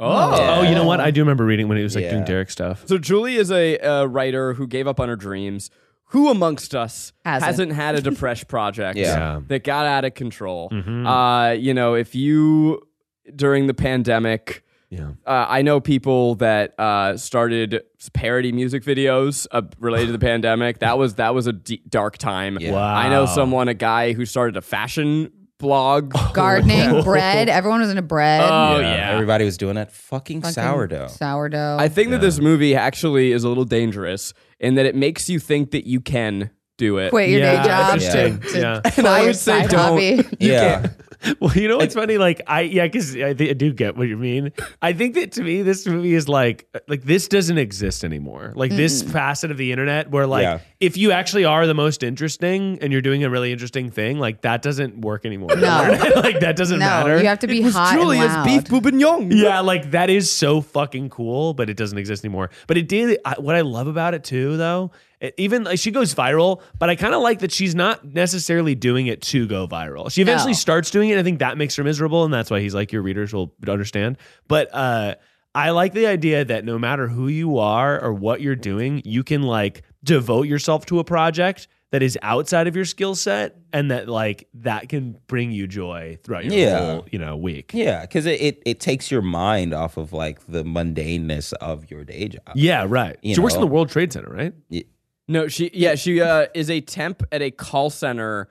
F: Oh,
D: Oh, you know what? I do remember reading when it was like doing
B: Yeah.
D: Derek stuff.
F: So Julie is a uh, writer who gave up on her dreams. Who amongst us
E: Hasn't.
F: had a depression project
B: Yeah.
D: Yeah.
F: that got out of control? Uh, you know, if you during the pandemic,
D: Yeah.
F: uh, I know people that uh, started parody music videos uh, related to the pandemic. That was that was a d- dark time.
B: Yeah.
D: Wow.
F: I know someone, a guy who started a fashion blog. [LAUGHS]
E: Gardening, bread. Everyone was into bread.
F: Uh,
D: Oh, yeah.
B: Everybody was doing that fucking,
E: Fucking
B: sourdough.
E: Sourdough.
F: I think that this movie actually is a little dangerous in that it makes you think that you can do it.
E: Quit your
D: Yeah,
E: day job.
D: interesting.
E: To, to
D: Yeah.
E: try
F: [LAUGHS] And I
E: your
F: would say
E: side
F: don't.
E: hobby.
F: [LAUGHS]
B: yeah.
D: [LAUGHS] Well, you know what's funny? Like I yeah, because I, thi- I do get what you mean. I think that to me, this movie is like like this doesn't exist anymore. Like this facet of the internet where like
B: Yeah.
D: if you actually are the most interesting and you're doing a really interesting thing, like that doesn't work anymore.
E: No.
D: [LAUGHS] like that doesn't
E: No,
D: matter.
E: you have to be
F: It was
E: hot
F: Julia's
E: and loud.
F: beef bourguignon.
D: yeah, like that is so fucking cool, but it doesn't exist anymore. But it did. I, what I love about it too, though, it, even like she goes viral, but I kind of like that she's not necessarily doing it to go viral. She eventually
E: No.
D: starts doing it. And I think that makes her miserable, and that's why he's like, your readers will understand. But uh, I like the idea that no matter who you are or what you're doing, you can like devote yourself to a project. That is outside of your skill set, and that like that can bring you joy throughout your
B: Yeah.
D: whole you know week.
B: Yeah, because it, it, it takes your mind off of like the mundaneness of your day job.
D: Yeah, right.
B: You
D: she works in
B: know.
D: the World Trade Center, right?
F: No, she yeah, she uh, is a temp at a call center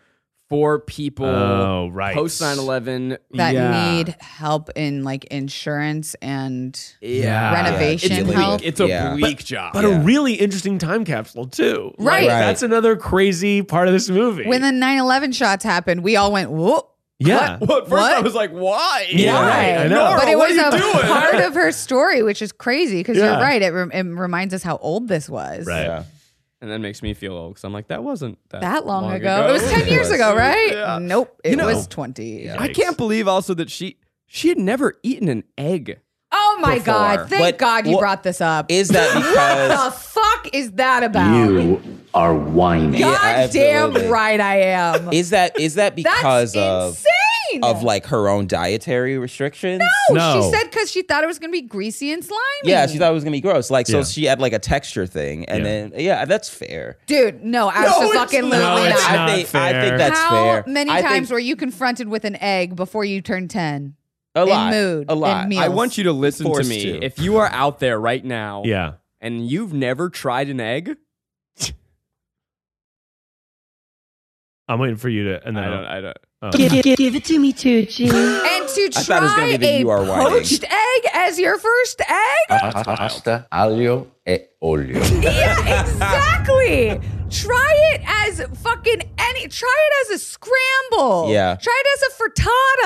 F: for people
D: Oh, right.
F: post 9/11.
E: that
F: yeah.
E: need help in like insurance and
D: Yeah.
F: [LAUGHS]
E: renovation
B: it's illegal.
E: help.
F: It's a
B: Yeah.
F: bleak job.
D: But a
B: Yeah.
D: really interesting time capsule too.
E: Right.
D: Like,
E: Right.
D: That's another crazy part of this movie.
E: When the 9/11 shots happened, we all went whoop.
D: yeah.
F: Well, at first I
E: What?
F: was like, why?
D: Yeah,
F: Why?
D: right, I know.
F: Nora,
E: But it
F: what
E: was
F: are
E: a
F: you
E: [LAUGHS]
F: doing? [LAUGHS]
E: part of her story, which is crazy because
D: Yeah.
E: you're right. It, rem- it reminds us how old this was.
D: Right.
B: Yeah.
F: and that makes me feel old because I'm like, that wasn't that,
E: That long, ago. It
F: [LAUGHS]
E: was 10 years
B: was.
E: ago, right?
F: Yeah.
E: Nope. It
F: You know-
E: was 20.
F: I can't believe also that she she had never eaten an egg.
E: Oh my
F: Before.
E: God. Thank
B: What-
E: God you
B: what-
E: brought this up. [LAUGHS]
B: Is that
E: the
B: because
E: fuck is that about?
I: are whining.
E: God
B: Yeah,
E: damn
B: absolutely.
E: right I am.
B: is that is that
E: That's
B: because of
E: insane.
B: of like her own dietary restrictions?
E: Oh,
D: No.
E: She said because she thought it was going to be greasy and slimy.
B: Yeah, she thought it was gonna be gross. Like so
D: Yeah.
B: she had like a texture thing and
D: Yeah.
B: then yeah, that's fair. Oh,
E: Dude, no,
F: it's
E: absolutely fucking
D: not.
E: literally
D: No, it's
E: not.
D: not.
B: I think I
D: fair.
B: think that's
E: How
B: fair.
E: many
B: I think
E: times were you confronted with an egg before you turned 10?
B: a lot,
E: mood,
B: a
E: in
B: lot.
E: meal?
F: I want you to listen to
B: Forced
F: me.
B: to.
F: If you are out there right now
D: Yeah.
F: and you've never tried an egg,
D: I'm waiting for you to and then
F: I
D: I'll- oh.
F: don't I don't
C: Give, give, give it to me, Tucci.
E: And to
B: I thought it was
E: try
B: gonna be the
E: a
B: you are whining.
E: poached egg as your first egg?
H: Pasta, aglio e olio.
E: [LAUGHS] yeah,
B: [LAUGHS]
E: exactly. Try it as fucking any. Try it as a scramble.
B: Yeah.
E: Try it as a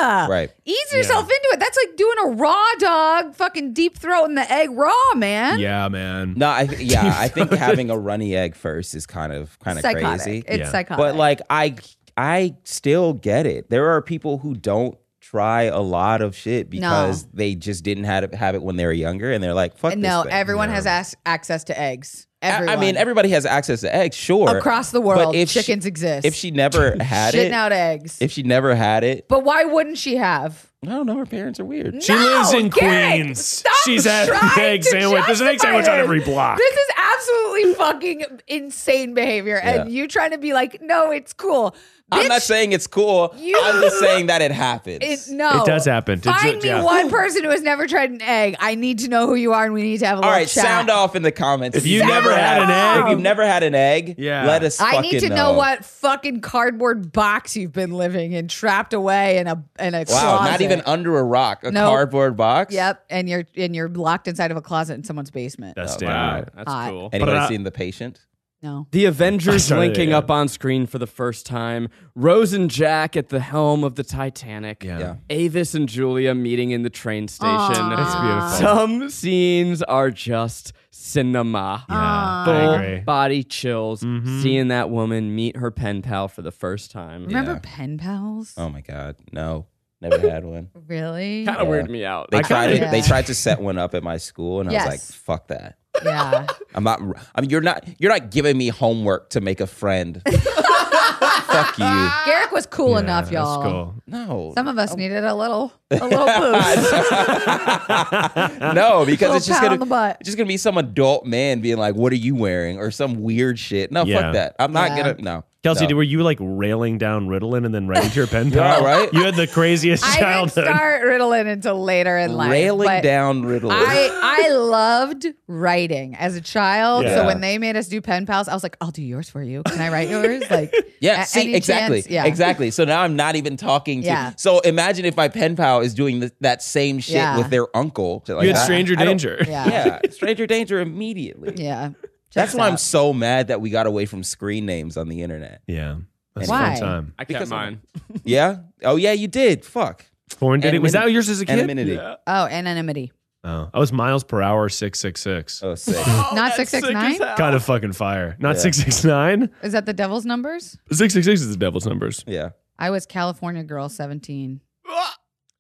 E: frittata.
B: Right.
E: Ease yourself into it. That's like doing a raw dog, fucking deep throat in the egg raw, man.
D: Yeah, man.
B: No, I th- yeah,
E: [LAUGHS]
B: I think having a runny egg first is kind of kind of
E: Psychotic.
B: crazy.
E: It's
D: Yeah.
E: psychotic.
B: But like I I still get it. There are people who don't try a lot of shit because they just didn't have it, have it when they were younger and they're like fuck
E: And no,
B: this thing.
E: everyone has as- access to eggs.
B: I-
E: Everyone.
B: I mean everybody has access to eggs, sure.
E: across the
B: But
E: world,
B: if she-
E: chickens exist.
B: if she never
E: [LAUGHS]
B: had
E: shitting
B: it
E: out eggs.
B: if she never had it,
E: but why wouldn't she have?
B: I don't know her parents are weird.
D: She lives in
E: Garrett,
D: Queens.
E: stop
D: She's at the
E: trying
D: egg
E: to
D: sandwich. There's an egg
E: justify
D: sandwich on
E: this.
D: every block.
E: This is absolutely fucking insane behavior. And you trying to be like, no, it's cool.
B: I'm
E: Bitch,
B: not saying it's cool.
E: you-
B: I'm just saying that it happens.
E: it, no.
D: It does happen. Did you-
E: Find me
D: yeah.
E: one person who has never tried an egg. I need to know who you are and we need to have a
B: All
E: little
B: right,
E: chat.
B: sound off in the comments.
D: If you never
E: had an
D: egg-
B: if you've never had an egg,
D: Yeah.
B: let us.
E: I need
B: fucking
E: to know. what fucking cardboard box you've been living in, trapped away in a in a
B: Wow,
E: closet.
B: not even under a rock, a
E: No.
B: cardboard box.
E: Yep, and you're and you're locked inside of a closet in someone's basement.
D: That's damn
F: Wow,
D: right.
F: that's
E: Hot.
F: cool.
B: Anybody
D: But uh, I-
B: seen the patient?
E: no.
F: The Avengers
D: Sorry,
F: linking
D: yeah.
F: up on screen for the first time. Rose and Jack at the helm of the Titanic.
D: Yeah.
F: Avis and Julia meeting in the train station.
D: That's beautiful.
F: Some scenes are just cinema.
D: yeah, I
F: Full
D: agree. Mm-hmm.
F: body chills seeing that woman meet her pen pal for the first time.
E: Remember pen pals?
B: Oh my god, no, never had one.
E: [LAUGHS] Really?
F: Kind of weirded me out.
B: They
F: I
B: tried
F: kinda-
B: it. They
E: Yeah.
B: tried to set one up at my school, and I was like,
E: Yes.
B: "Fuck that!
E: Yeah.
B: I'm not. I mean, you're not. You're not giving me homework to make
E: [LAUGHS]
B: a friend. Fuck you.
E: Garrick was cool
D: Yeah,
E: enough, y'all.
D: That's cool.
B: No.
E: Some of us needed a little, a little boost.
B: [LAUGHS] no, because
E: Little
B: it's just
E: pat
B: gonna
E: on the butt.
B: it's just gonna be some adult man being like, "What are you wearing?" or some weird shit. No,
D: Yeah.
B: fuck that. I'm not
E: Yeah.
B: gonna. No,
D: Kelsey,
B: No.
D: did- were you like railing down Ritalin and then writing to your
B: [LAUGHS]
D: pen pal?
B: all right?
D: You had the craziest
E: [LAUGHS] I didn't
D: childhood.
E: start Ritalin until later in life.
B: Railing
E: but
B: down Ritalin.
E: I I loved writing as a child.
D: Yeah.
E: So when they made us do pen pals, I was like, "I'll do yours for you. Can I write
B: [LAUGHS]
E: yours?" Like,
B: Yeah,
E: a-
B: see,
E: any
B: exactly.
E: chance- yeah,
B: Exactly. So now I'm not even talking to.
E: Yeah.
B: So imagine if my pen pal is doing th- that same shit
E: Yeah.
B: with their uncle. Shit like
D: you had
B: that.
D: stranger
B: I don't-
D: danger.
E: Yeah, yeah.
B: Yeah, [LAUGHS] stranger danger immediately. That's
E: Checks
B: why I'm
E: out.
B: so mad that we got away from screen names on the internet. [LAUGHS]
D: Yeah. That's
E: Why?
D: a fun time.
F: I kept mine.
B: Yeah. Oh yeah, you did. Fuck.
D: Porn did it. Was that yours as a kid?
B: Anonymity.
D: Yeah.
E: Oh, anonymity.
D: Oh, I was miles per hour, six six six.
B: Oh,
E: [LAUGHS]
B: sick.
E: Not six six nine.
D: Kind of fucking fire. Not six six nine.
E: Is that the devil's numbers?
D: Six six six is the devil's numbers.
B: yeah.
E: I was California girl seventeen.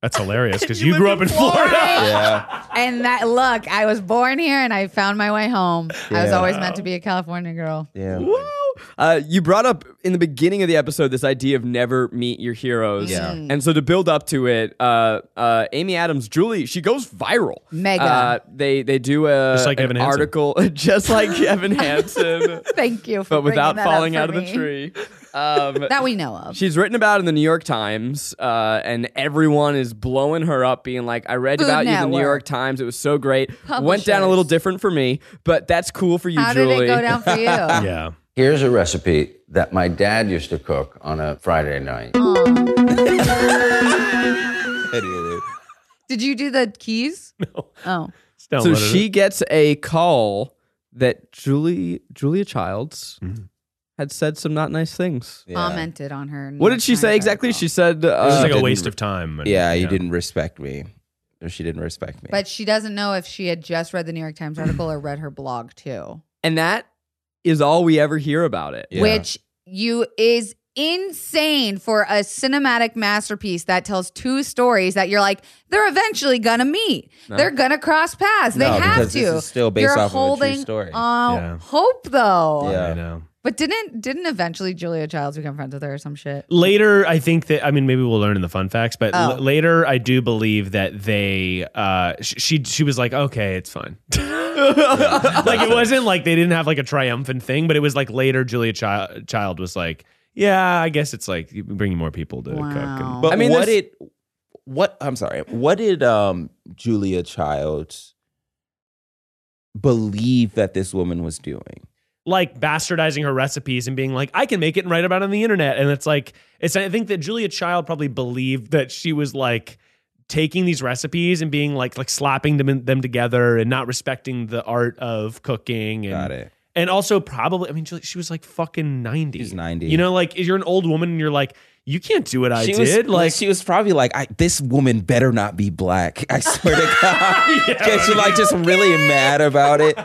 D: That's hilarious because you, grew up in Florida.
B: Yeah.
E: And that look, I was born here and I found my way home. I was
B: Yeah.
E: always meant to be a California girl.
B: Yeah.
F: Whoa. Uh, you brought up in the beginning of the episode this idea of never meet your heroes.
B: Yeah.
E: Mm.
F: And so to build up to it, uh, uh, Amy Adams, Julie, she goes viral.
E: Mega.
F: Uh, they they do a
D: Just like
F: an
D: Evan Hansen.
F: article [LAUGHS] just
E: [LAUGHS]
F: like Evan Hansen,
E: Thank you for
F: but without
E: bringing that up
F: falling
E: for
F: out of the
E: me.
F: tree. Um,
E: That we know of.
F: She's written about in the New York Times, uh, and everyone is blowing her up, being like, "I read
E: Food
F: about you in the New
E: Network.
F: York Times. It was so great. Went down a little
E: Publishers.
F: different for me, but that's cool for you,
E: How
F: Julie."
E: did it go down for you?
F: [LAUGHS]
D: Yeah.
H: Here's a recipe that my dad used to cook on a Friday night.
B: Idiot.
E: Did you do the keys? No. Oh.
D: Just
F: so
D: downloaded
F: she
D: it.
F: gets a call that Julie Julia Childs
D: Mm-hmm.
F: had said some not nice things.
B: Yeah.
E: Commented on her.
F: What did she say exactly? She said,
D: It was
F: uh,
D: like a
B: didn't-
D: waste of time. and-
B: Yeah, you didn't respect me. Or she didn't respect me.
E: But she doesn't know if she had just read the New York Times article or read her blog too,
F: and that is all we ever hear about it.
B: Yeah.
E: which you is insane for a cinematic masterpiece that tells two stories that you're like they're eventually gonna meet. They're gonna cross paths. They
B: No,
E: have
B: because
E: to.
B: this is still based
E: you're
B: off of a true
E: holding
B: story.
E: out
D: Yeah.
E: hope though.
B: Yeah.
D: I know.
E: But didn't didn't eventually Julia Childs become friends with her or some shit?
D: Later, I think that I mean maybe we'll learn in the fun facts, but
E: Oh.
D: l- later I do believe that they uh sh- she she was like okay it's fine, [LAUGHS] like it wasn't like they didn't have like a triumphant thing, but it was like later Julia Child, Child was like yeah I guess it's like bringing more people to cook.
E: Wow.
D: And,
B: But
F: I mean,
B: what
F: there's-
B: did what I'm sorry, what did um Julia Childs believe that this woman was doing?
D: like bastardizing her recipes and being like, I can make it and write about it on the internet. And it's like, it's I think that Julia Child probably believed that she was like taking these recipes and being like like slapping them in, them together and not respecting the art of cooking and
B: Got it.
D: and also probably I mean Julia, she was like fucking 90.
B: She's 90.
D: You know like you're an old woman and you're like you can't do what I
B: she
D: did
B: was
D: like
B: she was probably like, I, this woman better not be black. I
D: [LAUGHS]
B: swear to God. [LAUGHS] She's like just really mad
D: [LAUGHS]
B: about it.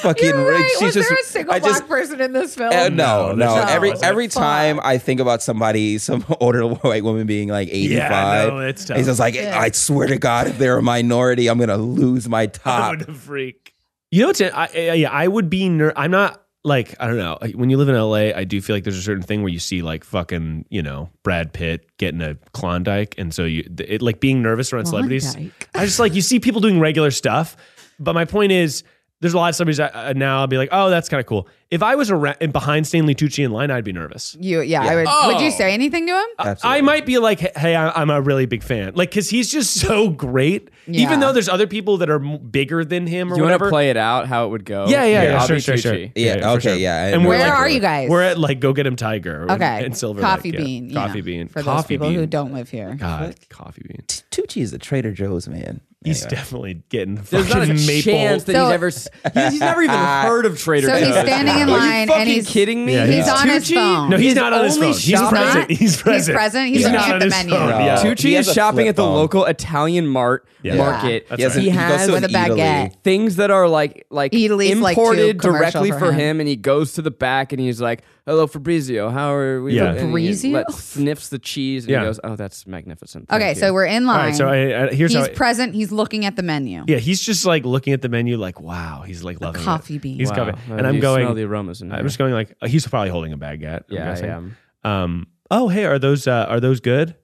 B: Fucking
E: You're
B: like,
E: right.
B: she's
E: Was
B: just,
E: there a single
B: I
E: black
B: just,
E: person in this film?
B: Uh,
D: No,
B: no, no.
D: there's not.
B: Every
D: Wasn't
B: every time I think about somebody, some [LAUGHS] older white woman being like eighty
D: Yeah,
B: five,
D: no, it's tough.
B: he's just like,
E: Yeah.
B: I swear to God, if they're a minority, I'm gonna lose
D: [LAUGHS]
B: my top.
D: What a freak. You know what's I, I, yeah, I would be ner- I'm not like I don't know. When you live in LA, I do feel like there's a certain thing where you see like fucking, you know, Brad Pitt getting a Klondike and so you it like being nervous around celebrities.
E: Klondike.
D: I just like you see people doing regular stuff, but my point is there's a lot of celebrities that, uh, now I'll be like, "Oh, that's kind of cool." If I was around, behind Stanley Tucci in line, I'd be nervous.
E: You, yeah, I would. Would
D: Oh.
E: you say anything to him?
D: I might be like, hey, I- I'm a really big fan, like, because he's just so great.
E: Yeah.
D: Even though there's other people that are m- bigger than him or
F: Do you want
D: whatever.
F: to play it out how it would go?
D: Yeah, yeah, yeah.
F: Oh, I'll
D: Sure,
F: be
D: sure, sure.
F: Tucci.
B: Yeah,
D: for
B: okay, yeah, I-
D: And we're
E: Where
D: like-
E: are you guys?
D: We're at like Go Get Him Tiger. and-
E: okay.
D: And Silver
E: coffee
D: Lake, yeah.
E: bean. you
D: Coffee
E: know,
D: bean.
E: For those
D: coffee
E: people
D: bean.
E: who don't live here.
D: God, coffee bean.
B: Tucci is a Trader Joe's man.
D: He's definitely getting the
F: There's not a
D: fucking maple.
F: chance that
E: So-
F: he's ever s- he's, he's
E: [LAUGHS]
F: never even heard of Trader
E: So
F: Joe's.
E: he's standing in
F: Are you
E: line and
F: fucking
E: he's-
F: kidding me?
D: Yeah,
E: He's on his
F: Tucci?
E: phone.
D: no, he's
F: His
D: not on his
F: only
D: phone. He's
F: shop-
D: present.
E: Not-
D: He's
E: he's
D: present.
E: present? He's
D: not
E: looking at
D: on
E: the
D: his
E: menu.
D: phone.
E: No.
D: Yeah.
B: He
F: Tucci
B: has
F: is
B: a
F: shopping at the
B: flip phone.
F: local Italian mart
D: Yeah.
F: market.
D: Yeah.
B: He, has
D: That's right.
F: He has
E: With a baguette.
F: things that are like like
E: Italy's, like, too
F: imported
E: commercial
F: directly
E: for
F: for him.
E: him.
F: and he goes to the back and he's like, "Hello, Fabrizio, how are we?"
D: Yeah.
F: And he
E: Fabrizio?
F: let- sniffs the cheese and
D: Yeah.
F: he goes, "Oh, that's magnificent." Thank
E: Okay,
F: you."
E: so we're in
D: All
E: line.
D: right, so I, I, here's
E: he's
D: how. I-
E: present. He's looking at the menu.
D: yeah, he's just like looking at the menu, like, wow. He's like loving it.
E: coffee bean.
D: He's
F: Wow.
D: coffee.
F: Uh,
D: And
F: do
D: I'm
F: you
D: going.
F: Smell the aromas in
D: I'm
F: here?
D: just going like he's probably holding a baguette. I'm
F: Yeah, I
D: guessing.
F: am.
D: Um. Oh, hey, are those uh, are those good?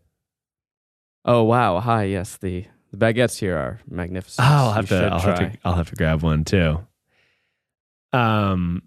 F: Oh wow! Hi, yes, the the baguettes here are magnificent.
D: Oh, I'll
F: You
D: have to.
F: should
D: I'll have
F: try.
D: to. I'll have to grab one too. Um.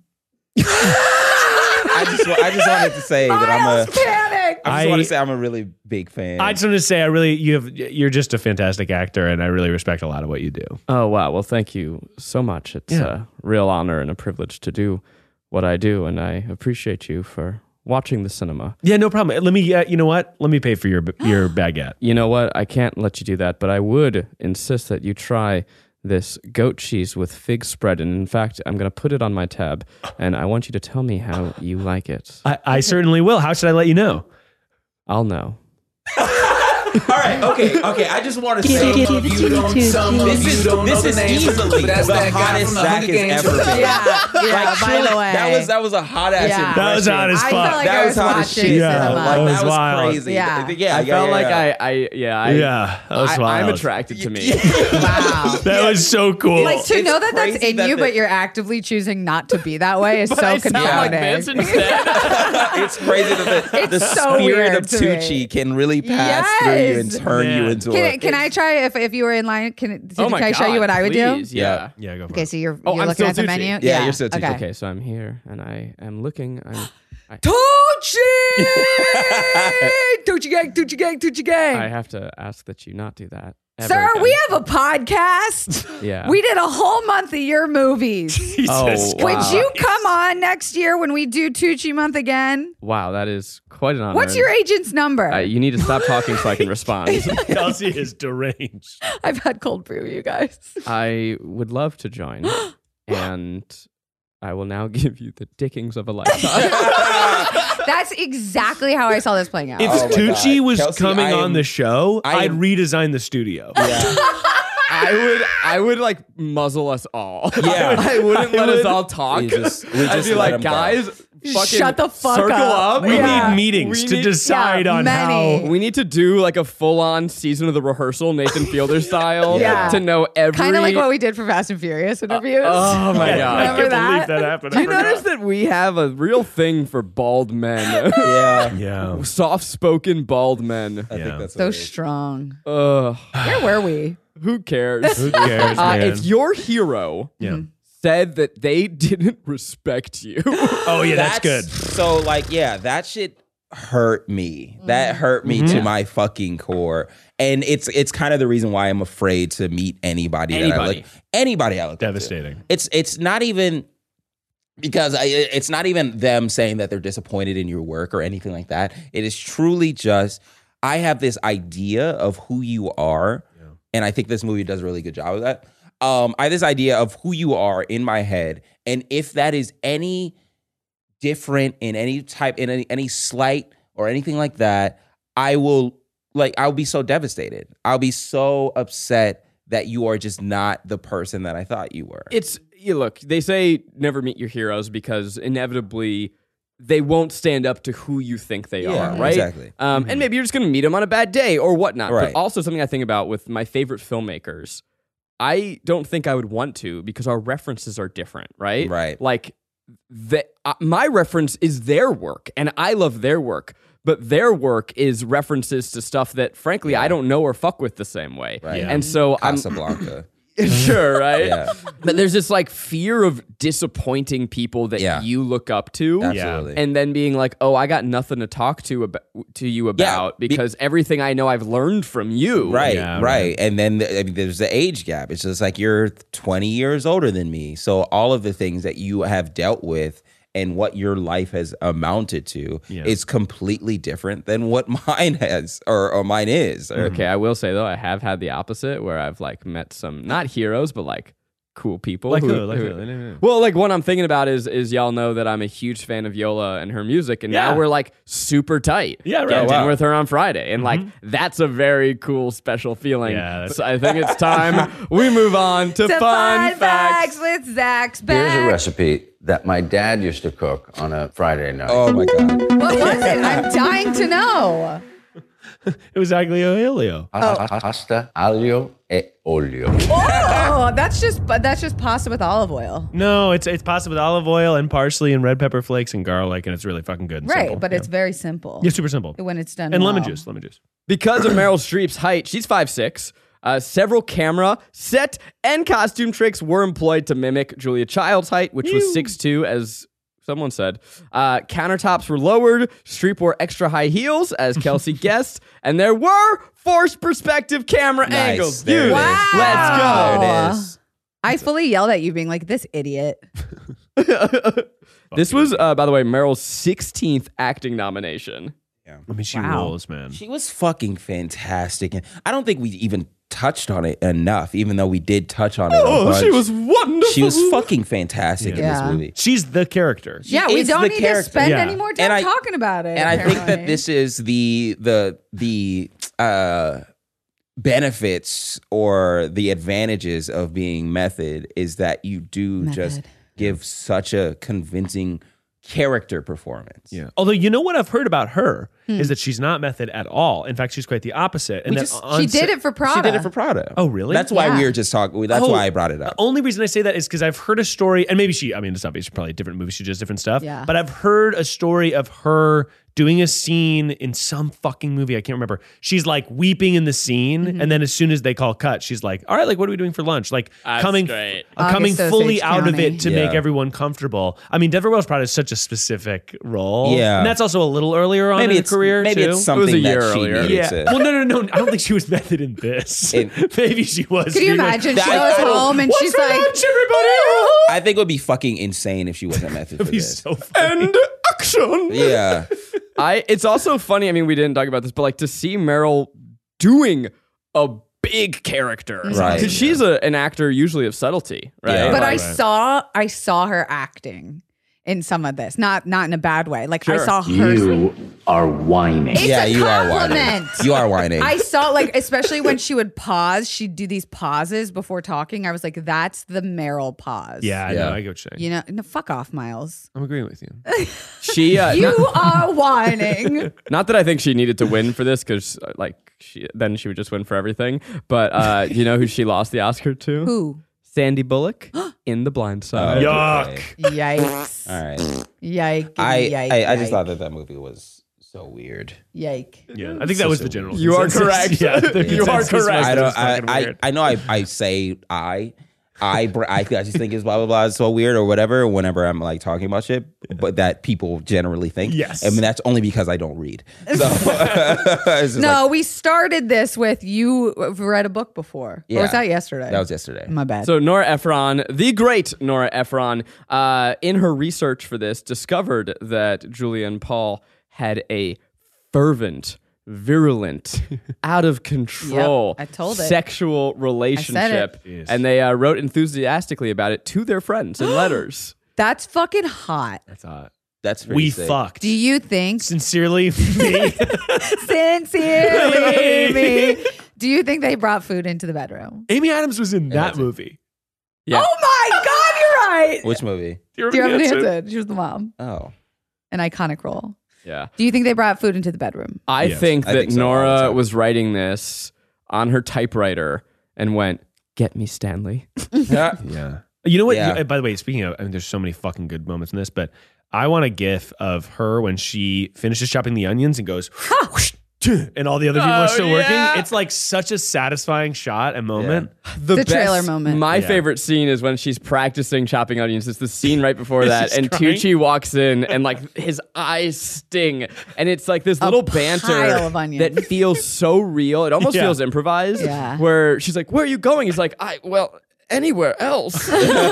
B: I just wa- I just wanted to say that I'm a.
E: panic.
B: I
D: I-
B: just want to say I'm a really big fan.
D: I just want to say, I really you have you're just a fantastic actor, and I really respect a lot of what you do.
F: Oh wow! Well, thank you so much. It's
D: Yeah.
F: a real honor and a privilege to do what I do, and I appreciate you for watching the cinema.
D: Yeah, no problem. Let me, uh, you know what? Let me pay for your your baguette.
F: You know what? I can't let you do that, but I would insist that you try this goat cheese with fig spread. And in fact, I'm going to put it on my tab, and I want you to tell me how you like it.
D: I, I certainly will. How should I let you know?
F: I'll know.
B: All right, okay, okay. I just want to
C: Give
B: say
C: it, give it to me too, G.
B: this is this is easily
H: That's
B: the
H: that guy
B: hottest
H: from the
B: Zach has
H: Hunger Games.
B: ever been.
E: Yeah, yeah.
B: Like,
E: by
B: truly,
E: the way,
B: that was that was a hot ass
E: Yeah.
B: impression.
D: That was hot as
E: I
D: fuck.
E: felt like I
B: that was
E: was
B: hot as
E: watching
B: shit.
D: Yeah,
E: cinema.
B: like,
D: that
B: that
D: was
B: was,
D: wild.
B: crazy.
E: Yeah.
B: yeah, yeah
F: I felt
B: yeah,
F: like
B: yeah.
F: I, I, yeah, I,
D: yeah, that was
F: I,
D: wild.
F: I'm attracted to
E: [LAUGHS]
F: [LAUGHS] me.
E: Wow.
D: That was so cool.
E: Like to
B: It's
E: know that that's
B: crazy
E: in
B: that
E: you,
B: the-
E: but you're actively choosing not to be that way is so confounding.
B: [LAUGHS]
E: [LAUGHS]
B: it's crazy that the,
E: It's
B: the
E: so
B: spirit
E: weird
B: of
E: to me.
B: Tucci can really pass through you and
E: Yes.
B: turn you
D: Yeah.
B: into
E: Can,
B: a.
E: I- can I try if, if you were in line? Can, did,
F: Oh
E: can
F: my
E: I show
F: God,
E: you what I would
F: please,
E: do?
F: Yeah.
D: yeah, go for
E: Okay, so you're,
F: Oh,
E: you're
F: I'm
E: looking
F: still
E: at the
F: Tucci.
E: menu.
F: Yeah,
B: you're still Tucci.
E: Okay.
F: Okay, so I'm here and I am looking. I'm, I,
E: Tucci, Tucci gang, Tucci gang, Tucci
F: I
E: gang.
F: have to ask that you not do that. ever
E: Sir,
F: again.
E: we have a podcast.
F: Yeah.
E: We did a whole month of your movies.
D: it. Jesus.
F: Oh, wow.
E: Would you come on next year when we do Tucci month again?
F: Wow, that is quite an honor.
E: What's your agent's number?
F: Uh, you need to stop talking so I can respond.
E: [LAUGHS]
F: [LAUGHS]
D: [LAUGHS] Kelsey is deranged.
E: I've had cold brew, you guys.
F: I would love to
E: [GASPS]
F: join, and I will now [LAUGHS] give you the dickings
E: [LAUGHS]
F: of a lifetime.
E: [LAUGHS] That's exactly how I saw this playing out.
D: If
B: Oh my
D: Tucci
B: God.
D: was
B: Kelsey,
D: coming
B: I
D: on
B: am-
D: the show,
B: I
D: I'd
B: am-
D: redesign the studio.
F: I would, I would like muzzle us all. [LAUGHS]
B: Yeah.
F: I wouldn't
D: I
F: let us [LAUGHS]
D: would-
F: all talk.
B: We just- we
F: I'd
B: just
F: be
B: let
F: like,
B: 'em go.
F: guys, fucking
E: Shut the fuck
F: circle
E: up."
F: up.
D: We
E: Yeah.
D: need meetings
F: We
D: to
F: need-
D: decide
E: yeah,
D: on
E: many.
D: how.
F: [LAUGHS] We need to do like a full-on season of the rehearsal, Nathan
E: [LAUGHS]
F: Fielder style,
E: Yeah.
F: to know every.
E: Kind of like what we did for Fast and Furious interviews.
F: Oh my
D: Yeah,
F: god!
D: I
E: Remember
D: can't believe
E: that?
D: that happened.
F: Do
D: I
F: you
D: forgot.
F: notice that we have a real thing for bald
E: [LAUGHS]
F: men?
B: Yeah,
D: Yeah.
F: Soft spoken bald men.
B: I
D: Yeah.
B: think that's what
E: so
B: it is.
E: strong.
F: Ugh,
E: Where were we?
F: who cares?
D: [LAUGHS] Who cares,
F: Uh,
D: man?
F: if your hero
D: yeah.
F: said that they [LAUGHS] didn't respect you,
D: Oh yeah, that's, good.
B: So like, yeah, that shit hurt me.
F: Mm-hmm.
B: That hurt me
D: Mm-hmm.
B: to my fucking core. And it's it's kind of the reason why I'm afraid to meet anybody, that I
F: Anybody.
B: look anybody I look up to.
D: Devastating.
B: It's it's not even because I, it's not even them saying that they're disappointed in your work or anything like that. It is truly just I have this idea of who you are, and I think this movie does a really good job of that. Um, I have this idea of who you are in my head, and if that is any different in any type in any, any slight or anything like that, I will like I'll be so devastated. I'll be so upset that you are just not the person that I thought you were.
F: it's you look. They say never meet your heroes because inevitably they won't stand up to who you think they
B: Yeah,
F: are, right?
B: exactly. Mm-hmm.
F: Um, And maybe you're just going to meet them on a bad day or whatnot.
B: Right.
F: But also something I think about with my favorite filmmakers. I don't think I would want to because our references are different, right?
B: Right.
F: Like the, uh, my reference is their work and I love their work, but their work is references to stuff that frankly I don't know or fuck with the same way.
B: Right. Yeah.
F: And so I'm [CLEARS THROAT]
B: Casablanca.
F: [LAUGHS]
B: [LAUGHS]
F: sure, right?
B: Yeah.
F: But there's this like fear of disappointing people that
B: Yeah.
F: you look up to.
B: Absolutely.
F: And then being like, "Oh, I got nothing to talk to about to you about
B: Be-
F: because everything I know I've learned from you."
B: Right,
D: Yeah,
B: right. And then the, I mean, there's the age gap. It's just like you're 20 years older than me. So all of the things that you have dealt with and what your life has amounted to
D: Yeah.
B: is completely different than what [LAUGHS] mine has or, or mine is. Or-
D: Mm-hmm.
F: Okay, I will say though, I have had the opposite where I've like met some not heroes, but like cool people.
D: Like
F: who-
D: who? Like
F: who-
D: who? No, no, no.
F: Well, like one I'm thinking about is is y'all know that I'm a huge fan of Yola and her music, and
D: Yeah.
F: now we're like super tight.
D: Yeah, right.
F: I
D: Oh,
F: dinner
B: wow.
F: with her on Friday, and like that's a very cool, special feeling.
D: Yeah, that's-
F: so I think it's
D: [LAUGHS]
F: time we move on to,
E: To
F: fun, facts.
E: with Zach's
H: Here's a
E: back.
H: recipe that my dad used to cook on a Friday night.
B: Oh my God.
E: What was it? I'm dying to know.
D: It was Aglio Helio.
H: Pa- pa- Pasta, aglio e olio.
E: Oh, that's just but that's just pasta with olive oil.
D: No, it's it's pasta with olive oil and parsley and red pepper flakes and garlic, and it's really fucking good. And
E: Right,
D: simple.
E: but
D: Yeah.
E: it's very simple.
D: yeah, super simple.
E: When it's done
D: and lemon
E: well.
D: juice, lemon juice.
F: Because of Meryl Streep's height, she's 5'6. Uh, several camera, set, and costume tricks were employed to mimic Julia Child's height, which was 6'2, as Someone said uh, countertops were lowered. Streep wore extra high heels,
B: [LAUGHS]
F: as Kelsey guessed, and there were forced perspective camera
B: Nice.
F: angles.
B: There
F: Dude,
B: it is.
F: let's go.
B: There it is.
E: I fully yelled at you being like, this idiot.
F: This was, uh, by the way, Meryl's 16th acting nomination.
D: I mean, she
E: Wow.
D: rules, man.
B: She was fucking fantastic, and I don't think we even touched on it enough. Even though we did touch on it, a
F: Oh, she
B: bunch.
F: was wonderful.
B: She was fucking fantastic in
E: Yeah.
B: this movie.
D: She's the character.
E: yeah, we
B: is
E: don't
B: the
E: need to
B: character.
E: spend
D: Yeah.
E: any more time
B: And I-
E: talking about it.
B: and I think that
E: apparently.
B: this is the the the uh, benefits or the advantages of being method is that you do just
E: Method.
B: give such a convincing character performance.
D: Yeah. Although you know what I've heard about her is that she's not method at all. In fact, she's quite the opposite. And
B: We
D: that
B: just-
D: on
E: she did
D: set-
E: it for Prada.
B: She did it for Prada.
D: Oh, really?
B: That's why
E: Yeah.
B: we were just talking. That's
D: Oh,
B: why I brought it up.
D: The only reason I say that is because I've heard a story, and maybe she, I mean, it's obviously probably a different movie. She does different stuff.
E: Yeah.
D: But I've heard a story of her doing a scene in some fucking movie. I can't remember. She's like weeping in the scene.
E: Mm-hmm.
D: And then as soon as they call cut, she's like, all right, like, what are we doing for lunch? Like,
K: That's
D: coming
K: great.
D: uh, coming
E: August Osage
D: fully out of
E: County.
D: it to
B: Yeah.
D: make everyone comfortable. I mean, Deborah Wells Prada is such a specific role.
B: Yeah.
D: And that's also a little earlier on
B: maybe
D: in
B: it's
D: her career.
B: Maybe
D: too.
B: it's something
F: It was a
B: that
F: year
B: she
F: earlier.
B: needed
D: yeah.
B: to-
D: Well, no, no, no. I don't think she was [LAUGHS] method in this.
B: In-
D: [LAUGHS] Maybe she was.
E: Could you
D: She was-
E: imagine? She
B: That-
E: goes home and
D: What's
E: she's
D: for
E: like,
D: lunch,
F: [LAUGHS]
D: everybody?
B: I think it would be fucking insane if she wasn't method
D: [LAUGHS]
B: for
D: That'd be
B: this.
D: so funny.
F: And action.
D: [LAUGHS]
B: yeah.
F: I it's also funny. I mean, we didn't talk about this, but like to see Meryl doing a big character,
B: Right.
F: Because she's a, an actor usually of subtlety, right?
B: Yeah.
E: but I
F: Like,
E: saw I saw her acting in some of this, not not in a bad way. Like I
F: Sure.
E: saw her.
I: You are whining.
E: It's
B: yeah,
E: a
B: you are whining.
E: compliment.
B: You are whining.
E: I saw like especially when she would pause, she'd do these pauses before talking. I was like, that's the Meryl pause.
D: Yeah, I know.
B: Yeah.
D: I get what you're saying.
E: You know, no, fuck off,
B: [LAUGHS]
E: Miles.
D: I'm agreeing with you.
E: [LAUGHS]
F: she uh,
E: You
F: not,
E: are
B: [LAUGHS]
E: whining.
F: not that I think she needed to win for this, because like she then she would just win for everything. But uh, you know who she lost the Oscar to?
E: Who?
F: Sandy
E: [GASPS]
F: Bullock in The Blind Side.
D: Yuck.
E: Yikes.
B: All right.
E: Yike.
B: I,
E: yike,
B: I, I just
E: yike,
B: thought that that movie was so weird.
E: Yike.
D: Yeah, I think that was the general.
F: You are
D: consensus.
F: correct.
D: [LAUGHS] Yeah, the
F: You are
D: consensus was
F: correct.
D: that
B: I
D: it was
B: don't. I,
D: fucking
B: I,
D: weird.
B: I know. I, I say I, I, br- I, I just think it's blah blah blah. It's so weird or whatever. Whenever I'm like talking about shit, but that people generally think.
D: Yes.
B: I mean that's only because I don't
E: [LAUGHS]
B: read. So [LAUGHS] it's just
E: No,
B: like-
E: we started this with you have read a book before. Or
B: Yeah.
E: was that yesterday?
B: that was yesterday.
E: My bad.
F: So Nora Ephron, the great Nora Ephron, uh, in her research for this, discovered that Julian Paul had a fervent,
B: [LAUGHS]
F: virulent, out of control
E: I told it.
F: sexual relationship,
D: Yes.
F: and they uh, wrote enthusiastically about it to their friends
E: [GASPS]
F: in letters.
E: That's fucking hot.
B: That's pretty
D: we
B: sick.
D: fucked.
E: Do you
B: [LAUGHS]
E: think [LAUGHS]
D: Sincerely, me. [LAUGHS]
E: sincerely [LAUGHS] me? Do you think they brought food into the bedroom?
D: Amy Adams was in that movie.
F: Yeah.
E: Oh my god, you're right.
B: Which movie?
E: Do you have an answer? She was the mom. [LAUGHS]
B: Oh,
E: An iconic role.
F: Yeah,
E: Do you think they brought food into the bedroom?
F: I
D: Yes,
F: think
B: I
F: that
B: think so, all the
F: Nora
B: time.
F: was writing this on her typewriter and went, "Get me Stanley."
B: yeah.
D: Yeah. You know what?
B: Yeah.
D: you- by the way, speaking of, I mean, there's so many fucking good moments in this, but I want a gif of her when she finishes chopping the onions and goes, whoosh, tuh, [LAUGHS] and all the other people
E: Oh,
D: are still working. It's like such a satisfying shot and moment.
F: the,
E: The trailer moment.
F: My
D: Yeah.
F: favorite scene is when she's practicing chopping onions. It's the scene right
D: [LAUGHS]
F: before that,
D: she's
F: and
D: crying.
F: Tucci walks in, and like his eyes sting, and it's like this little banter
E: pile of onions.
F: that feels so real. It almost
D: Yeah.
F: feels improvised.
E: Yeah.
F: Where she's like, "Where are you going?" He's like, "I well." Anywhere else, [LAUGHS]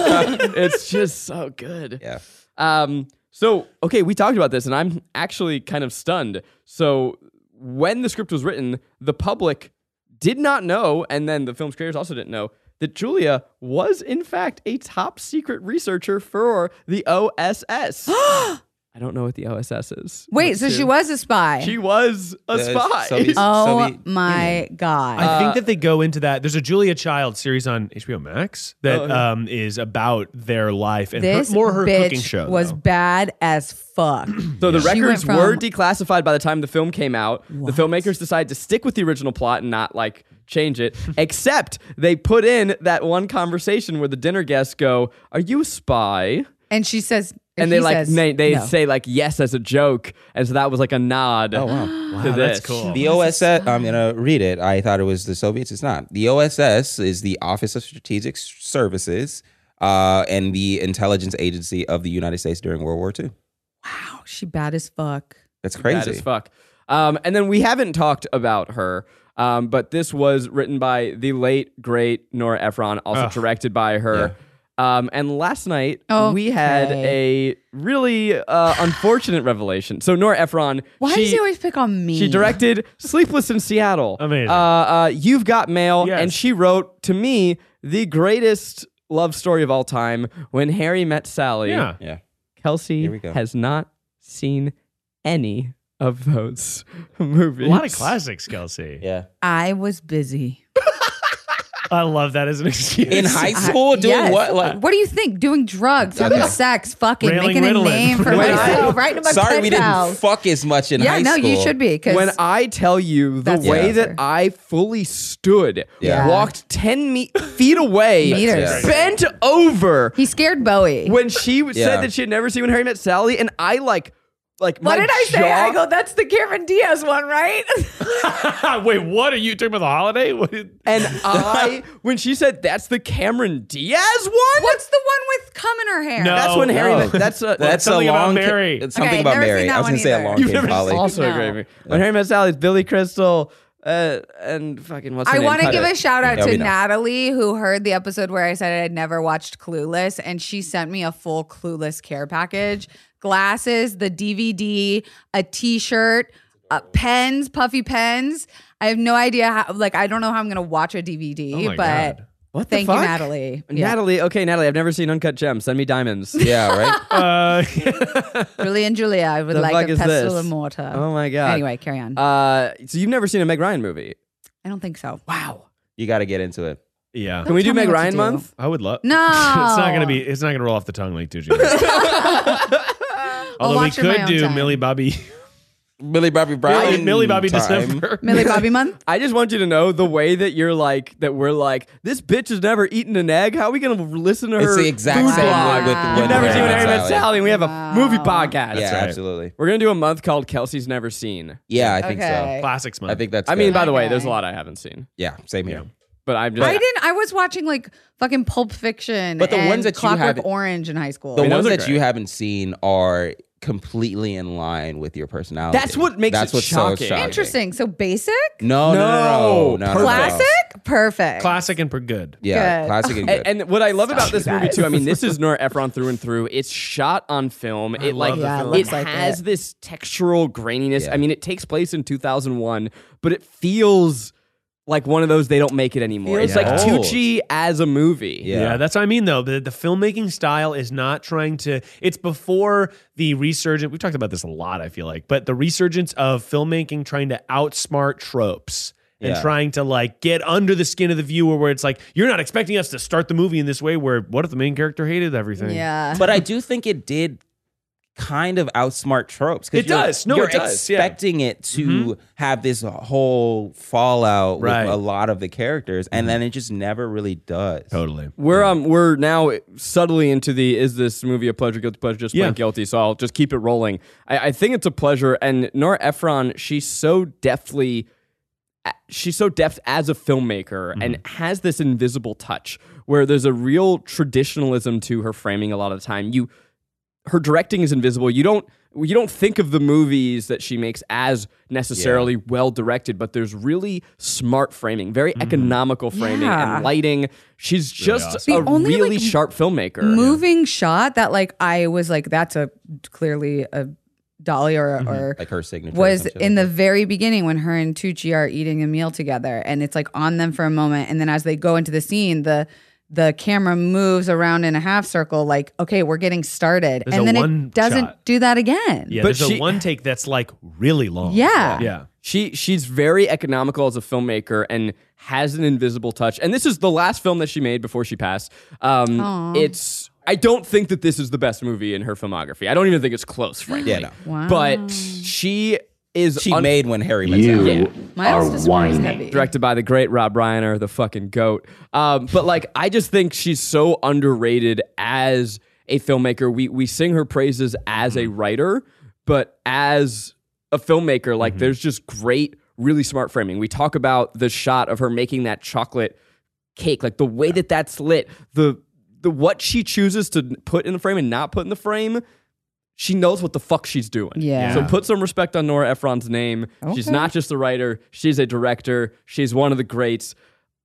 F: it's just so good.
B: Yeah.
F: Um, so, okay, we talked about this, and I'm actually kind of stunned. So, when the script was written, the public did not know, and then the film's creators also didn't know, that Julia was, in fact, a top secret researcher for the
E: [GASPS]
F: OSS. I don't know what the OSS is.
E: Wait, so she was a spy.
F: She was a
B: Yes,
F: spy.
B: so hmm. he's-
E: oh
B: So we-
E: my god.
D: I think that they go into that. There's a Julia Child series on HBO Max that
F: Oh, yeah.
D: um, is about their life and her,
E: this
D: more her
E: bitch
D: cooking show.
E: was
D: though.
E: bad as
D: [CLEARS THROAT]
E: fuck.
F: So the
E: She went
F: records
E: from-
F: were declassified by the time the film came out. The filmmakers decided to stick with the original plot and not like change it, [LAUGHS] except they put in that one conversation where the dinner guests go, "Are you a spy?"
E: and she says
F: And
E: he
F: they like
E: says,
F: they, they
E: no.
F: say like yes as a joke, and so that was like a nod.
B: Oh wow.
D: Wow,
F: to
D: that's
F: this.
D: cool.
B: The OSS, I'm going to read it. I thought it was the Soviets. It's not. The OSS is the Office of Strategic Services. uh, and the intelligence agency of the United States during World War II.
E: Wow, she bad as fuck.
B: That's crazy.
F: Bad as fuck. Um, and then we haven't talked about her, um, but this was written by the late great Nora Ephron, also
D: Ugh.
F: directed by her. Um, and last night we had
E: Okay.
F: a really uh, unfortunate revelation. So Nora Ephron,
E: Why
F: she,
E: does he always pick on me?
F: she directed Sleepless in Seattle.
D: Amazing.
F: Uh, uh, You've Got Mail,
D: Yes.
F: and she wrote to me the greatest love story of all time: When Harry Met Sally.
D: Yeah.
B: Yeah.
F: Kelsey
B: Here we go.
F: has not seen any of those [LAUGHS] movies.
D: A lot of classics, Kelsey.
B: Yeah.
E: I was busy.
D: I love that as an excuse.
B: In high
E: I-
B: school, doing
E: yes.
B: what? Like,
E: What do you think? Doing drugs, having
B: Okay.
E: sex, fucking
D: Railing,
E: making
D: riddling.
E: a name
B: [LAUGHS]
E: for
D: Wait,
E: myself, right in my
B: sorry, we didn't
E: penthouse.
B: fuck as much in
E: yeah,
B: high
E: no,
B: school.
E: you should be because
F: When I tell you the
E: That's
F: way
E: Yeah.
F: that I fully stood,
B: Yeah.
F: walked 10 me- feet away,
E: [LAUGHS] Meters.
F: bent over,
E: he scared Bowie.
F: when she
B: Yeah.
F: said that she had never seen When Harry Met Sally, and I like, like, my
E: what did I say?
F: jaw-
E: I go, that's the Cameron Diaz one, right?
D: [LAUGHS] Wait, what are you talking about? The holiday? [LAUGHS] What is-
E: [LAUGHS]
F: And I, when she said, that's the Cameron Diaz one?
E: What's the one with cum in her hair?
D: No.
F: That's when Harry
B: no.
F: Met, that's uh, a,
B: That's
D: something
B: a
D: about
B: long. ca-
D: Mary.
B: it's something
E: Okay,
B: about
E: never seen
B: Mary.
E: that
B: I was
E: one
B: gonna say a
E: either.
B: long
D: You've
B: came
D: never
B: Polly.
D: seen-
F: also a
E: No.
F: great movie. When Harry Met Sally, it's Billy Crystal, uh, and fucking what's her
E: I
F: name?
E: want to
F: Cut
E: give
F: it.
E: a shout out
B: Yeah,
E: to
B: we know.
E: Natalie, who heard the episode where I said I had never watched Clueless, and she sent me a full Clueless care package glasses, the DVD, a t shirt, uh, pens, puffy pens. I have no idea how, like, I don't know how I'm going to watch a DVD,
D: Oh my
E: but
D: God.
F: What the
E: thank you,
F: fuck?
E: Natalie. Yeah.
F: Natalie, okay, Natalie, I've never seen Uncut Gems. Send me
E: [LAUGHS]
F: diamonds.
B: Yeah, right.
D: Uh, [LAUGHS]
E: Julie and Julia, I would
F: The fuck
E: like a
F: is this?
E: pestle and mortar.
F: [LAUGHS] Oh my god.
E: Anyway, carry on.
F: uh, so you've never seen a Meg Ryan movie?
E: I don't think so. Wow.
B: You got to get into it.
D: yeah.
F: Can we
E: tell
F: do
E: me
F: Meg
E: what to
F: Ryan
E: do.
F: month?
D: I would love. [LAUGHS]
E: No.
D: it's not gonna be. It's not gonna roll off the tongue like Tucci.
E: [LAUGHS]
D: Although we
E: watch it my
D: could
E: own
D: do
E: time.
D: Millie Bobby. [LAUGHS]
B: Millie Bobby Brown.
D: Millie, Millie Bobby
B: time.
D: December. [LAUGHS]
F: [LAUGHS]
E: Millie Bobby month?
F: I just want you to know the way that you're like that. We're like this bitch has never eaten an egg. How are we gonna listen to her?
B: It's the exact
F: food
B: same
F: blog?
B: way with
E: Wow.
B: with
F: We've never
B: Harry
F: seen
B: Met
F: Harry Met
B: Sally.
F: Sally. and We have a
E: Wow.
F: movie podcast.
B: [LAUGHS] Yeah,
D: right.
B: absolutely.
F: We're gonna do a month called Kelsey's Never Seen.
B: Yeah, I think
E: Okay.
D: Classics
B: so.
D: month.
B: I think that's.
F: I mean,
B: good.
F: by the way,
E: Okay.
F: there's a lot I haven't seen,
B: yeah, same here.
F: but I'm just.
E: I didn't. I was watching like fucking Pulp Fiction,
B: But the
E: and
B: ones that you
E: Clockwork
B: haven't-
E: Orange in high school.
B: The
F: mean,
B: ones
F: those are
B: that
F: great.
B: you haven't seen are completely in line with your personality.
F: That's what makes
B: That's
F: it
B: what's so
F: shocking.
B: shocking.
E: Interesting. So basic,
B: Oh, No, no, no, no, no, no, no.
E: classic, perfect.
D: Classic and per good.
B: Yeah,
E: Good.
B: classic and good.
F: And, and what I love about
E: Stop,
F: this
E: you
F: movie
E: guys.
F: too, I mean, this
E: [LAUGHS]
F: is Nora Ephron through and through. It's shot on film. it like
E: the Yeah, it film.
F: it
E: looks like
F: has
E: it.
F: this textural graininess.
B: Yeah.
F: I mean, it takes place in 2001, but it feels like one of those they don't make it anymore. it's
B: Feels
F: like
B: old.
F: Tucci as a movie.
B: Yeah.
D: Yeah. that's what I mean though. The, the filmmaking style is not trying to it's before the resurgence. We've talked about this a lot, I feel like, but the resurgence of filmmaking trying to outsmart tropes. And
B: Yeah.
D: trying to like get under the skin of the viewer, where it's like you're not expecting us to start the movie in this way. Where what if the main character hated everything?
E: Yeah.
B: but I do think it did kind of outsmart tropes. 'cause
D: It
B: you're-
D: does. No,
B: you're
D: it does. Yeah.
B: expecting it to have this whole fallout
D: Right.
B: with a lot of the characters, and then it just never really does.
D: Totally.
F: We're um we're now subtly into the is this movie a pleasure guilty pleasure just plain
D: Yeah.
F: guilty so I'll just keep it rolling. I, I think it's a pleasure and Nora Ephron she's so deftly she's so deft as a filmmaker and has this invisible touch where there's a real traditionalism to her framing a lot of the time. You her directing is invisible. You don't you don't think of the movies that she makes as necessarily well directed, but there's really smart framing, very
B: Mm-hmm.
F: economical framing
E: Yeah.
F: and lighting. She's just
E: awesome.
F: a
E: The only,
F: really
E: like,
F: sharp filmmaker.
E: Moving shot that like I was like that's a clearly a dolly or or
B: Mm-hmm. Like her signature or
E: was
B: some shit
E: in
B: like
E: the very beginning when her and Tucci are eating a meal together and it's like on them for a moment and then as they go into the scene the the camera moves around in a half circle like okay we're getting started
D: There's a
E: and then
D: one
E: it doesn't
D: shot.
E: do that again.
D: Yeah,
F: But
D: there's
F: she-
D: a one take that's like really long.
E: Yeah.
D: yeah.
F: She she's very economical as a filmmaker and has an invisible touch. And this is the last film that she made before she passed. Um, it's I don't think that this is the best movie in her filmography. I don't even think it's close, frankly.
B: Yeah, no.
E: Wow.
F: But she is
B: that. She
F: un-
B: made when Harry met
I: You
B: Sally.
E: My
I: are
E: house is pretty
I: whining.
E: heavy.
F: directed by the great Rob Reiner, the fucking goat. Um, but like, I just think she's so underrated as a filmmaker. We we sing her praises as a writer, but as a filmmaker, like there's just great, really smart framing. We talk about the shot of her making that chocolate cake, like the way that that's lit, the the what she chooses to put in the frame and not put in the frame, she knows what the fuck she's doing.
E: Yeah.
F: So put some respect on Nora Ephron's name. She's
E: Okay.
F: not just a writer, she's a director. She's one of the greats.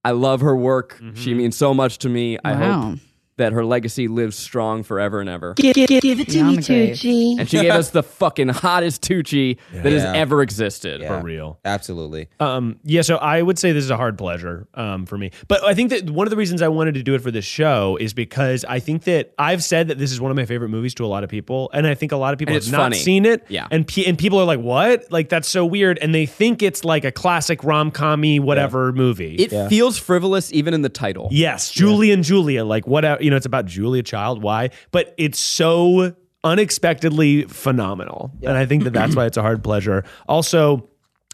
F: I love her work.
B: Mm-hmm.
F: She means so much to me. I
E: Wow.
F: hope that her legacy lives strong forever and
E: [LAUGHS]
F: ever.
C: Give, give, give it to me,
E: Beyond the grave.
C: Tucci.
F: And she gave us the fucking hottest Tucci that has
B: Yeah.
F: ever existed.
B: Yeah.
D: for real.
B: Absolutely.
D: Um, yeah, so I would say this is a hard pleasure um, for me. But I think that one of the reasons I wanted to do it for this show is because I think that I've said that this is one of my favorite movies to a lot of people, and I think a lot of people
F: And
D: have
F: it's
D: not
F: funny.
D: seen it.
F: Yeah.
D: and pe- and people are like, "What? Like that's so weird," and they think it's like a classic rom commy whatever movie.
F: It feels frivolous even in the title.
D: Yes, Julie and Julia. Like what? You know, it's about Julia Child. Why? But it's so unexpectedly phenomenal, and I think that that's why it's a hard pleasure. Also.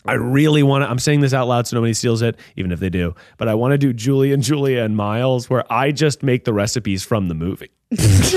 D: I really want to. I'm saying this out loud so nobody steals it, even if they do. But I want to do Julie and Julia and Miles, where I just make the recipes from the movie.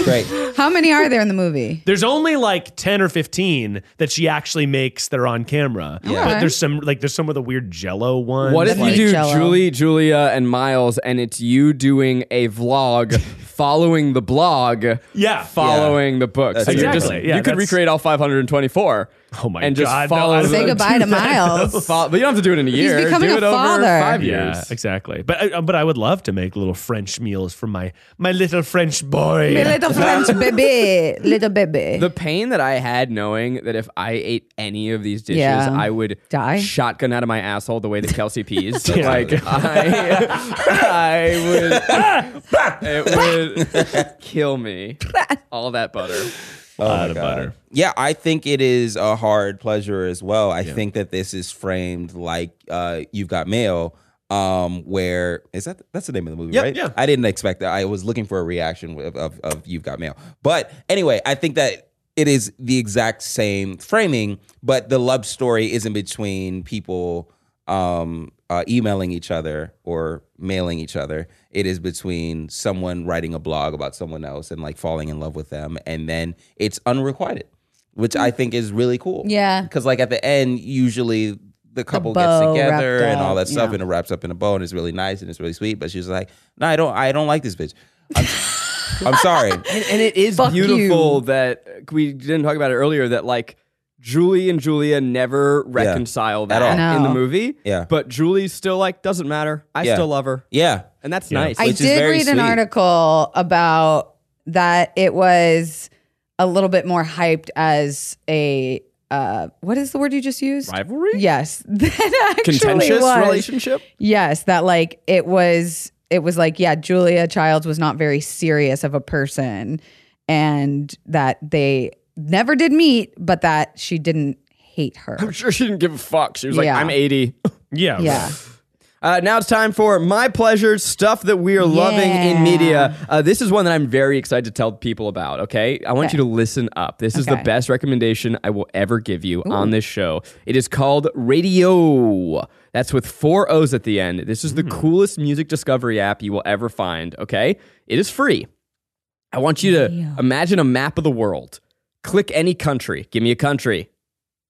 B: Great.
E: How many are there in the movie?
D: There's only like 10 or 15 that she actually makes that are on camera.
E: Yeah.
D: But there's some, like, there's some of the weird jello ones.
F: What if
E: Like
F: you do
E: Jell-O.
F: Julie, Julia, and Miles, and it's you doing a
D: [LAUGHS]
F: vlog following the blog,
D: Yeah.
F: following the book?
B: That's
F: so you just
D: Exactly. Yeah,
F: you could
D: that's-
F: recreate all 524.
D: Oh my
F: and just
D: God, no,
F: follow.
D: I
F: the- [LAUGHS]
E: Say goodbye to Miles.
F: Follow, but you don't have to do it in a year.
E: becoming
F: do
E: a
F: it over
E: father.
F: Five
D: Yeah,
F: years.
D: exactly. But I, but I would love to make little French meals for my my little French boy.
F: [LAUGHS]
E: Little French baby, little baby.
F: The pain that I had knowing that if I ate any of these dishes,
E: Yeah.
F: I would
E: Die?
F: shotgun out of my asshole the way that Kelsey
E: [LAUGHS]
F: pees. like [LAUGHS] I, I would, it would kill me. All that butter.
B: Oh my God. Yeah, I think it is a hard pleasure as well. I think that this is framed like uh, you've got mail. Um, where is that? That's the name of the movie,
D: Yeah,
B: right?
D: yeah.
B: I didn't expect that. I was looking for a reaction of, of of you've got mail, but anyway, I think that it is the exact same framing, but the love story is in between people um uh, emailing each other or mailing each other. It is between someone writing a blog about someone else and like falling in love with them, and then it's unrequited, which I think is really cool.
E: Yeah.
B: because like at the end, usually the couple gets
E: bow
B: together
E: wrapped
B: and all
E: up,
B: that stuff,
E: yeah.
B: and it wraps up in a bow, and it's really nice and it's really sweet. But she's like, "No, I don't. I don't like this bitch.
E: [LAUGHS]
B: I'm, I'm sorry."
F: And, and it is
E: Fuck
F: beautiful that we didn't talk about it earlier that like Julie and Julia never reconcile
B: At
F: that
E: all.
F: in
E: No.
F: the movie.
B: Yeah.
F: But Julie's still like, doesn't matter. I
B: Yeah.
F: still love her.
B: Yeah,
F: And that's
D: Yeah.
F: nice.
E: I
B: which is
E: did
B: very
E: read an
B: sweet.
E: article about that it was a little bit more hyped as a uh, what is the word you just used?
F: rivalry?
E: Yes, [LAUGHS] than actually
F: Contentious
E: was.
F: relationship?
E: Yes, that like it was it was like yeah, Julia Childs was not very serious of a person and that they never did meet, but that she didn't hate her.
F: I'm sure she didn't give a fuck. She was
E: Yeah.
F: like, I'm 80.
D: Yeah,
E: Yeah.
F: Uh, now it's time for my pleasures, stuff that we are loving in
E: Yeah.
F: media. Uh, this is one that I'm very excited to tell people about. Okay, I want
E: Okay.
F: you to listen up. This is the
E: Okay.
F: best recommendation I will ever give you on this show. It is called Radio. That's with four O's at the end. This
E: Hmm.
F: is the coolest music discovery app you will ever find. Okay, it is free. I want you to imagine a map of the world. Click any country. Give me a country.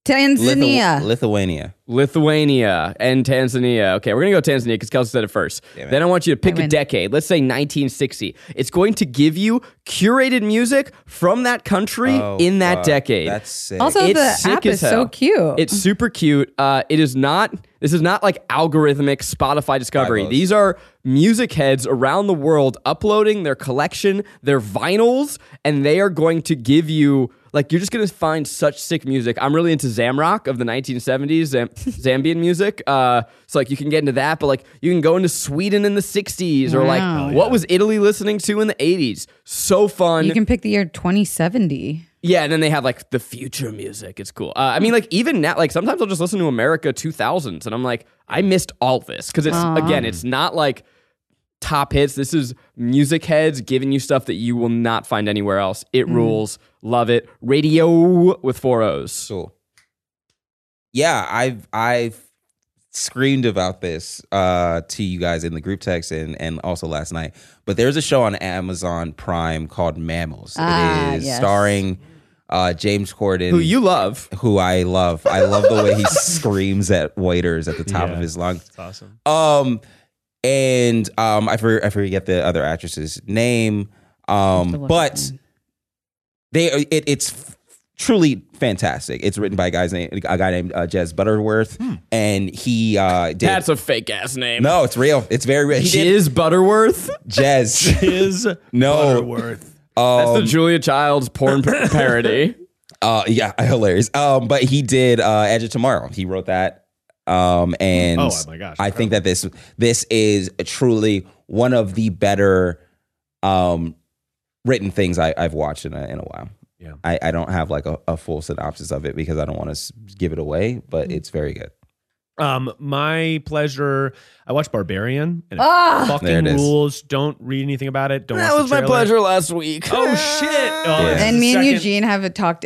E: Tanzania.
B: Lithu- Lithuania.
F: Lithuania and Tanzania. Okay, we're gonna go Tanzania because Kelsey said it first. Then I want you to pick a decade. Let's say 1960. It's going to give you curated music from that country
B: Oh,
F: in that
B: fuck.
F: decade.
B: That's sick.
E: also
F: it's
E: the
F: sick
E: app
F: as
E: is so
F: hell.
E: cute.
F: It's super cute. Uh, it is not. This is not like algorithmic Spotify discovery.
B: Silos.
F: These are music heads around the world uploading their collection, their vinyls, and they are going to give you like you're just going to find such sick music. I'm really into Zamrock of the 1970s, Zam- [LAUGHS] Zambian music. Uh, so like you can get into that, but like you can go into Sweden in the 60s or like
E: Wow.
F: what was Italy listening to in the 80s? So fun.
E: you can pick the year 2070.
F: Yeah, and then they have like the future music. It's cool. Uh, I mean, like even now, like sometimes I'll just listen to America 2000s, and I'm like, I missed all this because it's again, it's not like top hits. This is music heads giving you stuff that you will not find anywhere else. It rules. Love it. Radio with four O's.
B: Cool. Yeah, I've I've screamed about this uh, to you guys in the group text and and also last night. But there's a show on Amazon Prime called Mammals.
E: Ah,
B: it is
E: yes.
B: starring uh, James Corden,
F: Who you love?
B: who I love. I love
F: [LAUGHS]
B: the way he screams at waiters at the top
D: Yeah.
B: of his lungs.
D: It's awesome.
B: Um, and um, I, for, I forget the other actress's name, Um, but they are, it, it's f- truly fantastic. It's written by a guy's name a guy named uh, Jez Butterworth, and he uh, did.
F: Hmm. That's a fake ass name.
B: no, it's real. It's very real. He did
F: Jizz Butterworth? [LAUGHS]
B: Jez.
D: Is
B: no, um,
D: Butterworth.
F: That's the Julia Child's [LAUGHS] porn par- parody.
B: uh, yeah, [LAUGHS] hilarious. Um, but he did uh, Edge of Tomorrow. He wrote that. Um, and
D: Oh, my gosh.
B: I think that this this is truly one of the better um, written things I, I've watched in a, in a while.
D: Yeah.
B: I, I don't have like a, a full synopsis of it because I don't want to give it away, but
D: Mm-hmm.
B: it's very good.
D: Um, my pleasure. I watched Barbarian. And it
E: Ah!
B: There
D: fucking
B: it is.
D: rules. Don't read anything about it. Don't.
F: That
D: watch
F: was
D: the
F: my
D: trailer.
F: pleasure last week.
D: Oh shit! Oh,
B: Yeah.
D: it's
E: And
D: the
E: me and
D: second-
E: Eugene have talked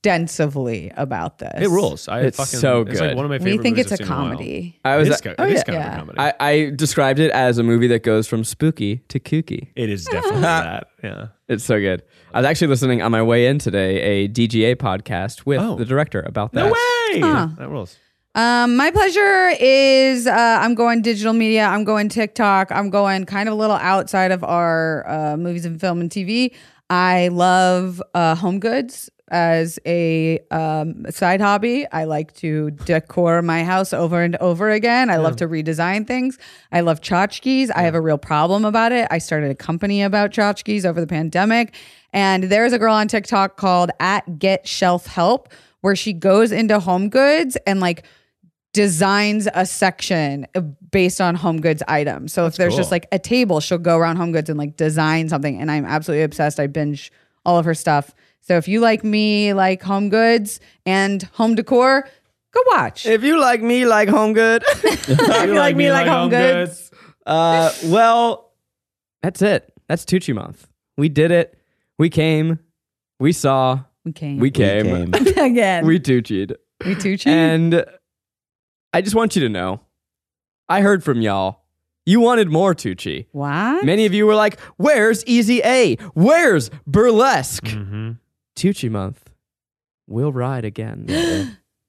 E: extensively about this.
D: It rules. I
F: It's
D: fucking.
F: so
D: It's like
F: good.
D: one of my
E: We
D: favorite.
E: think
D: movies
E: it's a
D: I've seen in while.
E: comedy. Oh,
F: I
D: It
F: was Oh,
D: is, co- it is kind of
E: yeah.
D: a comedy.
F: I, I described it as a movie that goes from spooky to kooky.
D: it is
E: Ah.
D: definitely that. Yeah.
F: It's so good. I was actually listening on my way in today a DGA podcast with
D: Oh.
F: the director about that.
D: No way.
E: Huh.
D: That rules.
E: Um, my pleasure is uh, I'm going digital media. I'm going TikTok. I'm going kind of a little outside of our uh, movies and film and TV. I love uh, home goods as a um, side hobby. I like to decor my house over and over again. I love to redesign things. I love tchotchkes. I have a real problem about it. I started a company about tchotchkes over the pandemic. And there's a girl on TikTok called at Get Shelf Help where she goes into home goods and like designs a section based on home goods items. So if there's just
D: cool.
E: like a table, she'll go around home goods and like design something. And I'm absolutely obsessed. I binge all of her stuff. So if you like me, like home goods and home decor, go watch.
F: If you like me, like Home
D: [LAUGHS]
F: Good.
E: If you like me, like home goods.
F: [LAUGHS] uh, well, that's it. That's Tucci month. We did it. We came. We saw.
E: We came. [LAUGHS]
F: We came. [LAUGHS] We,
B: Game.
E: again. We,
F: Tucci'd.
E: too cheap.
F: And I just want you to know, I heard from y'all. You wanted more Tucci.
E: what?
F: Many of you were like, "Where's Easy A? Where's Burlesque?"
D: hmm
F: Tucci month. We'll ride
D: [GASPS]
F: again.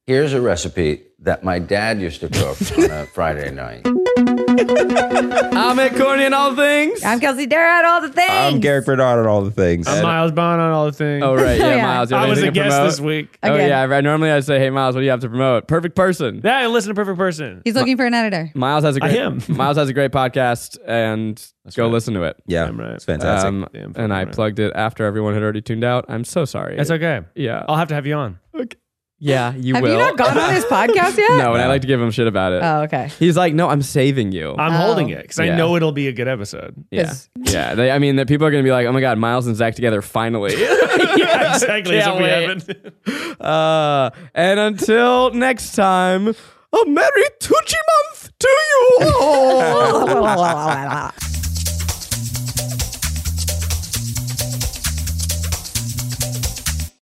H: Here's a recipe that my dad used to cook on a Friday night.
F: I'm at Corny and all things.
E: I'm Kelsey Dara at all the things.
B: I'm Garrick Bernard on all the things.
D: I'm Miles Bond on all the things.
F: oh right, yeah,
E: [LAUGHS] Yeah.
F: Miles. you have
D: I was a
F: anything to
D: guest
F: promote?
D: this week.
F: Oh
E: Again.
F: yeah, I- normally I say, "Hey Miles, what do you have to promote?" Perfect person.
D: Yeah, I listen to Perfect Person.
E: He's looking for an editor.
F: Miles has a
D: I
F: great
D: am.
F: [LAUGHS] Miles has a great podcast, and go listen to it.
B: yeah,
D: I'm right.
B: it's fantastic.
F: Um,
D: Damn, fucking
F: and I
D: right.
F: plugged it after everyone had already tuned out. I'm so sorry.
D: That's okay.
F: yeah,
D: I'll have to have you on.
F: yeah. You
E: Have
F: will.
E: you not
F: [LAUGHS]
E: gone on his podcast yet?
F: no, and I like to give him shit about it.
E: Oh, okay. [LAUGHS]
F: He's like, "No, I'm saving you."
D: I'm
E: Oh.
D: holding it because
F: Yeah.
D: I know it'll be a good episode.
F: yeah, yeah. They, I mean, that people are gonna be like, "Oh my god, Miles and Zach together finally."
D: yeah, [LAUGHS] exactly.
F: Can't
D: So we
F: wait. [LAUGHS]
D: haven't.
F: Uh, and until next [LAUGHS] time, a merry Tucci month to you all.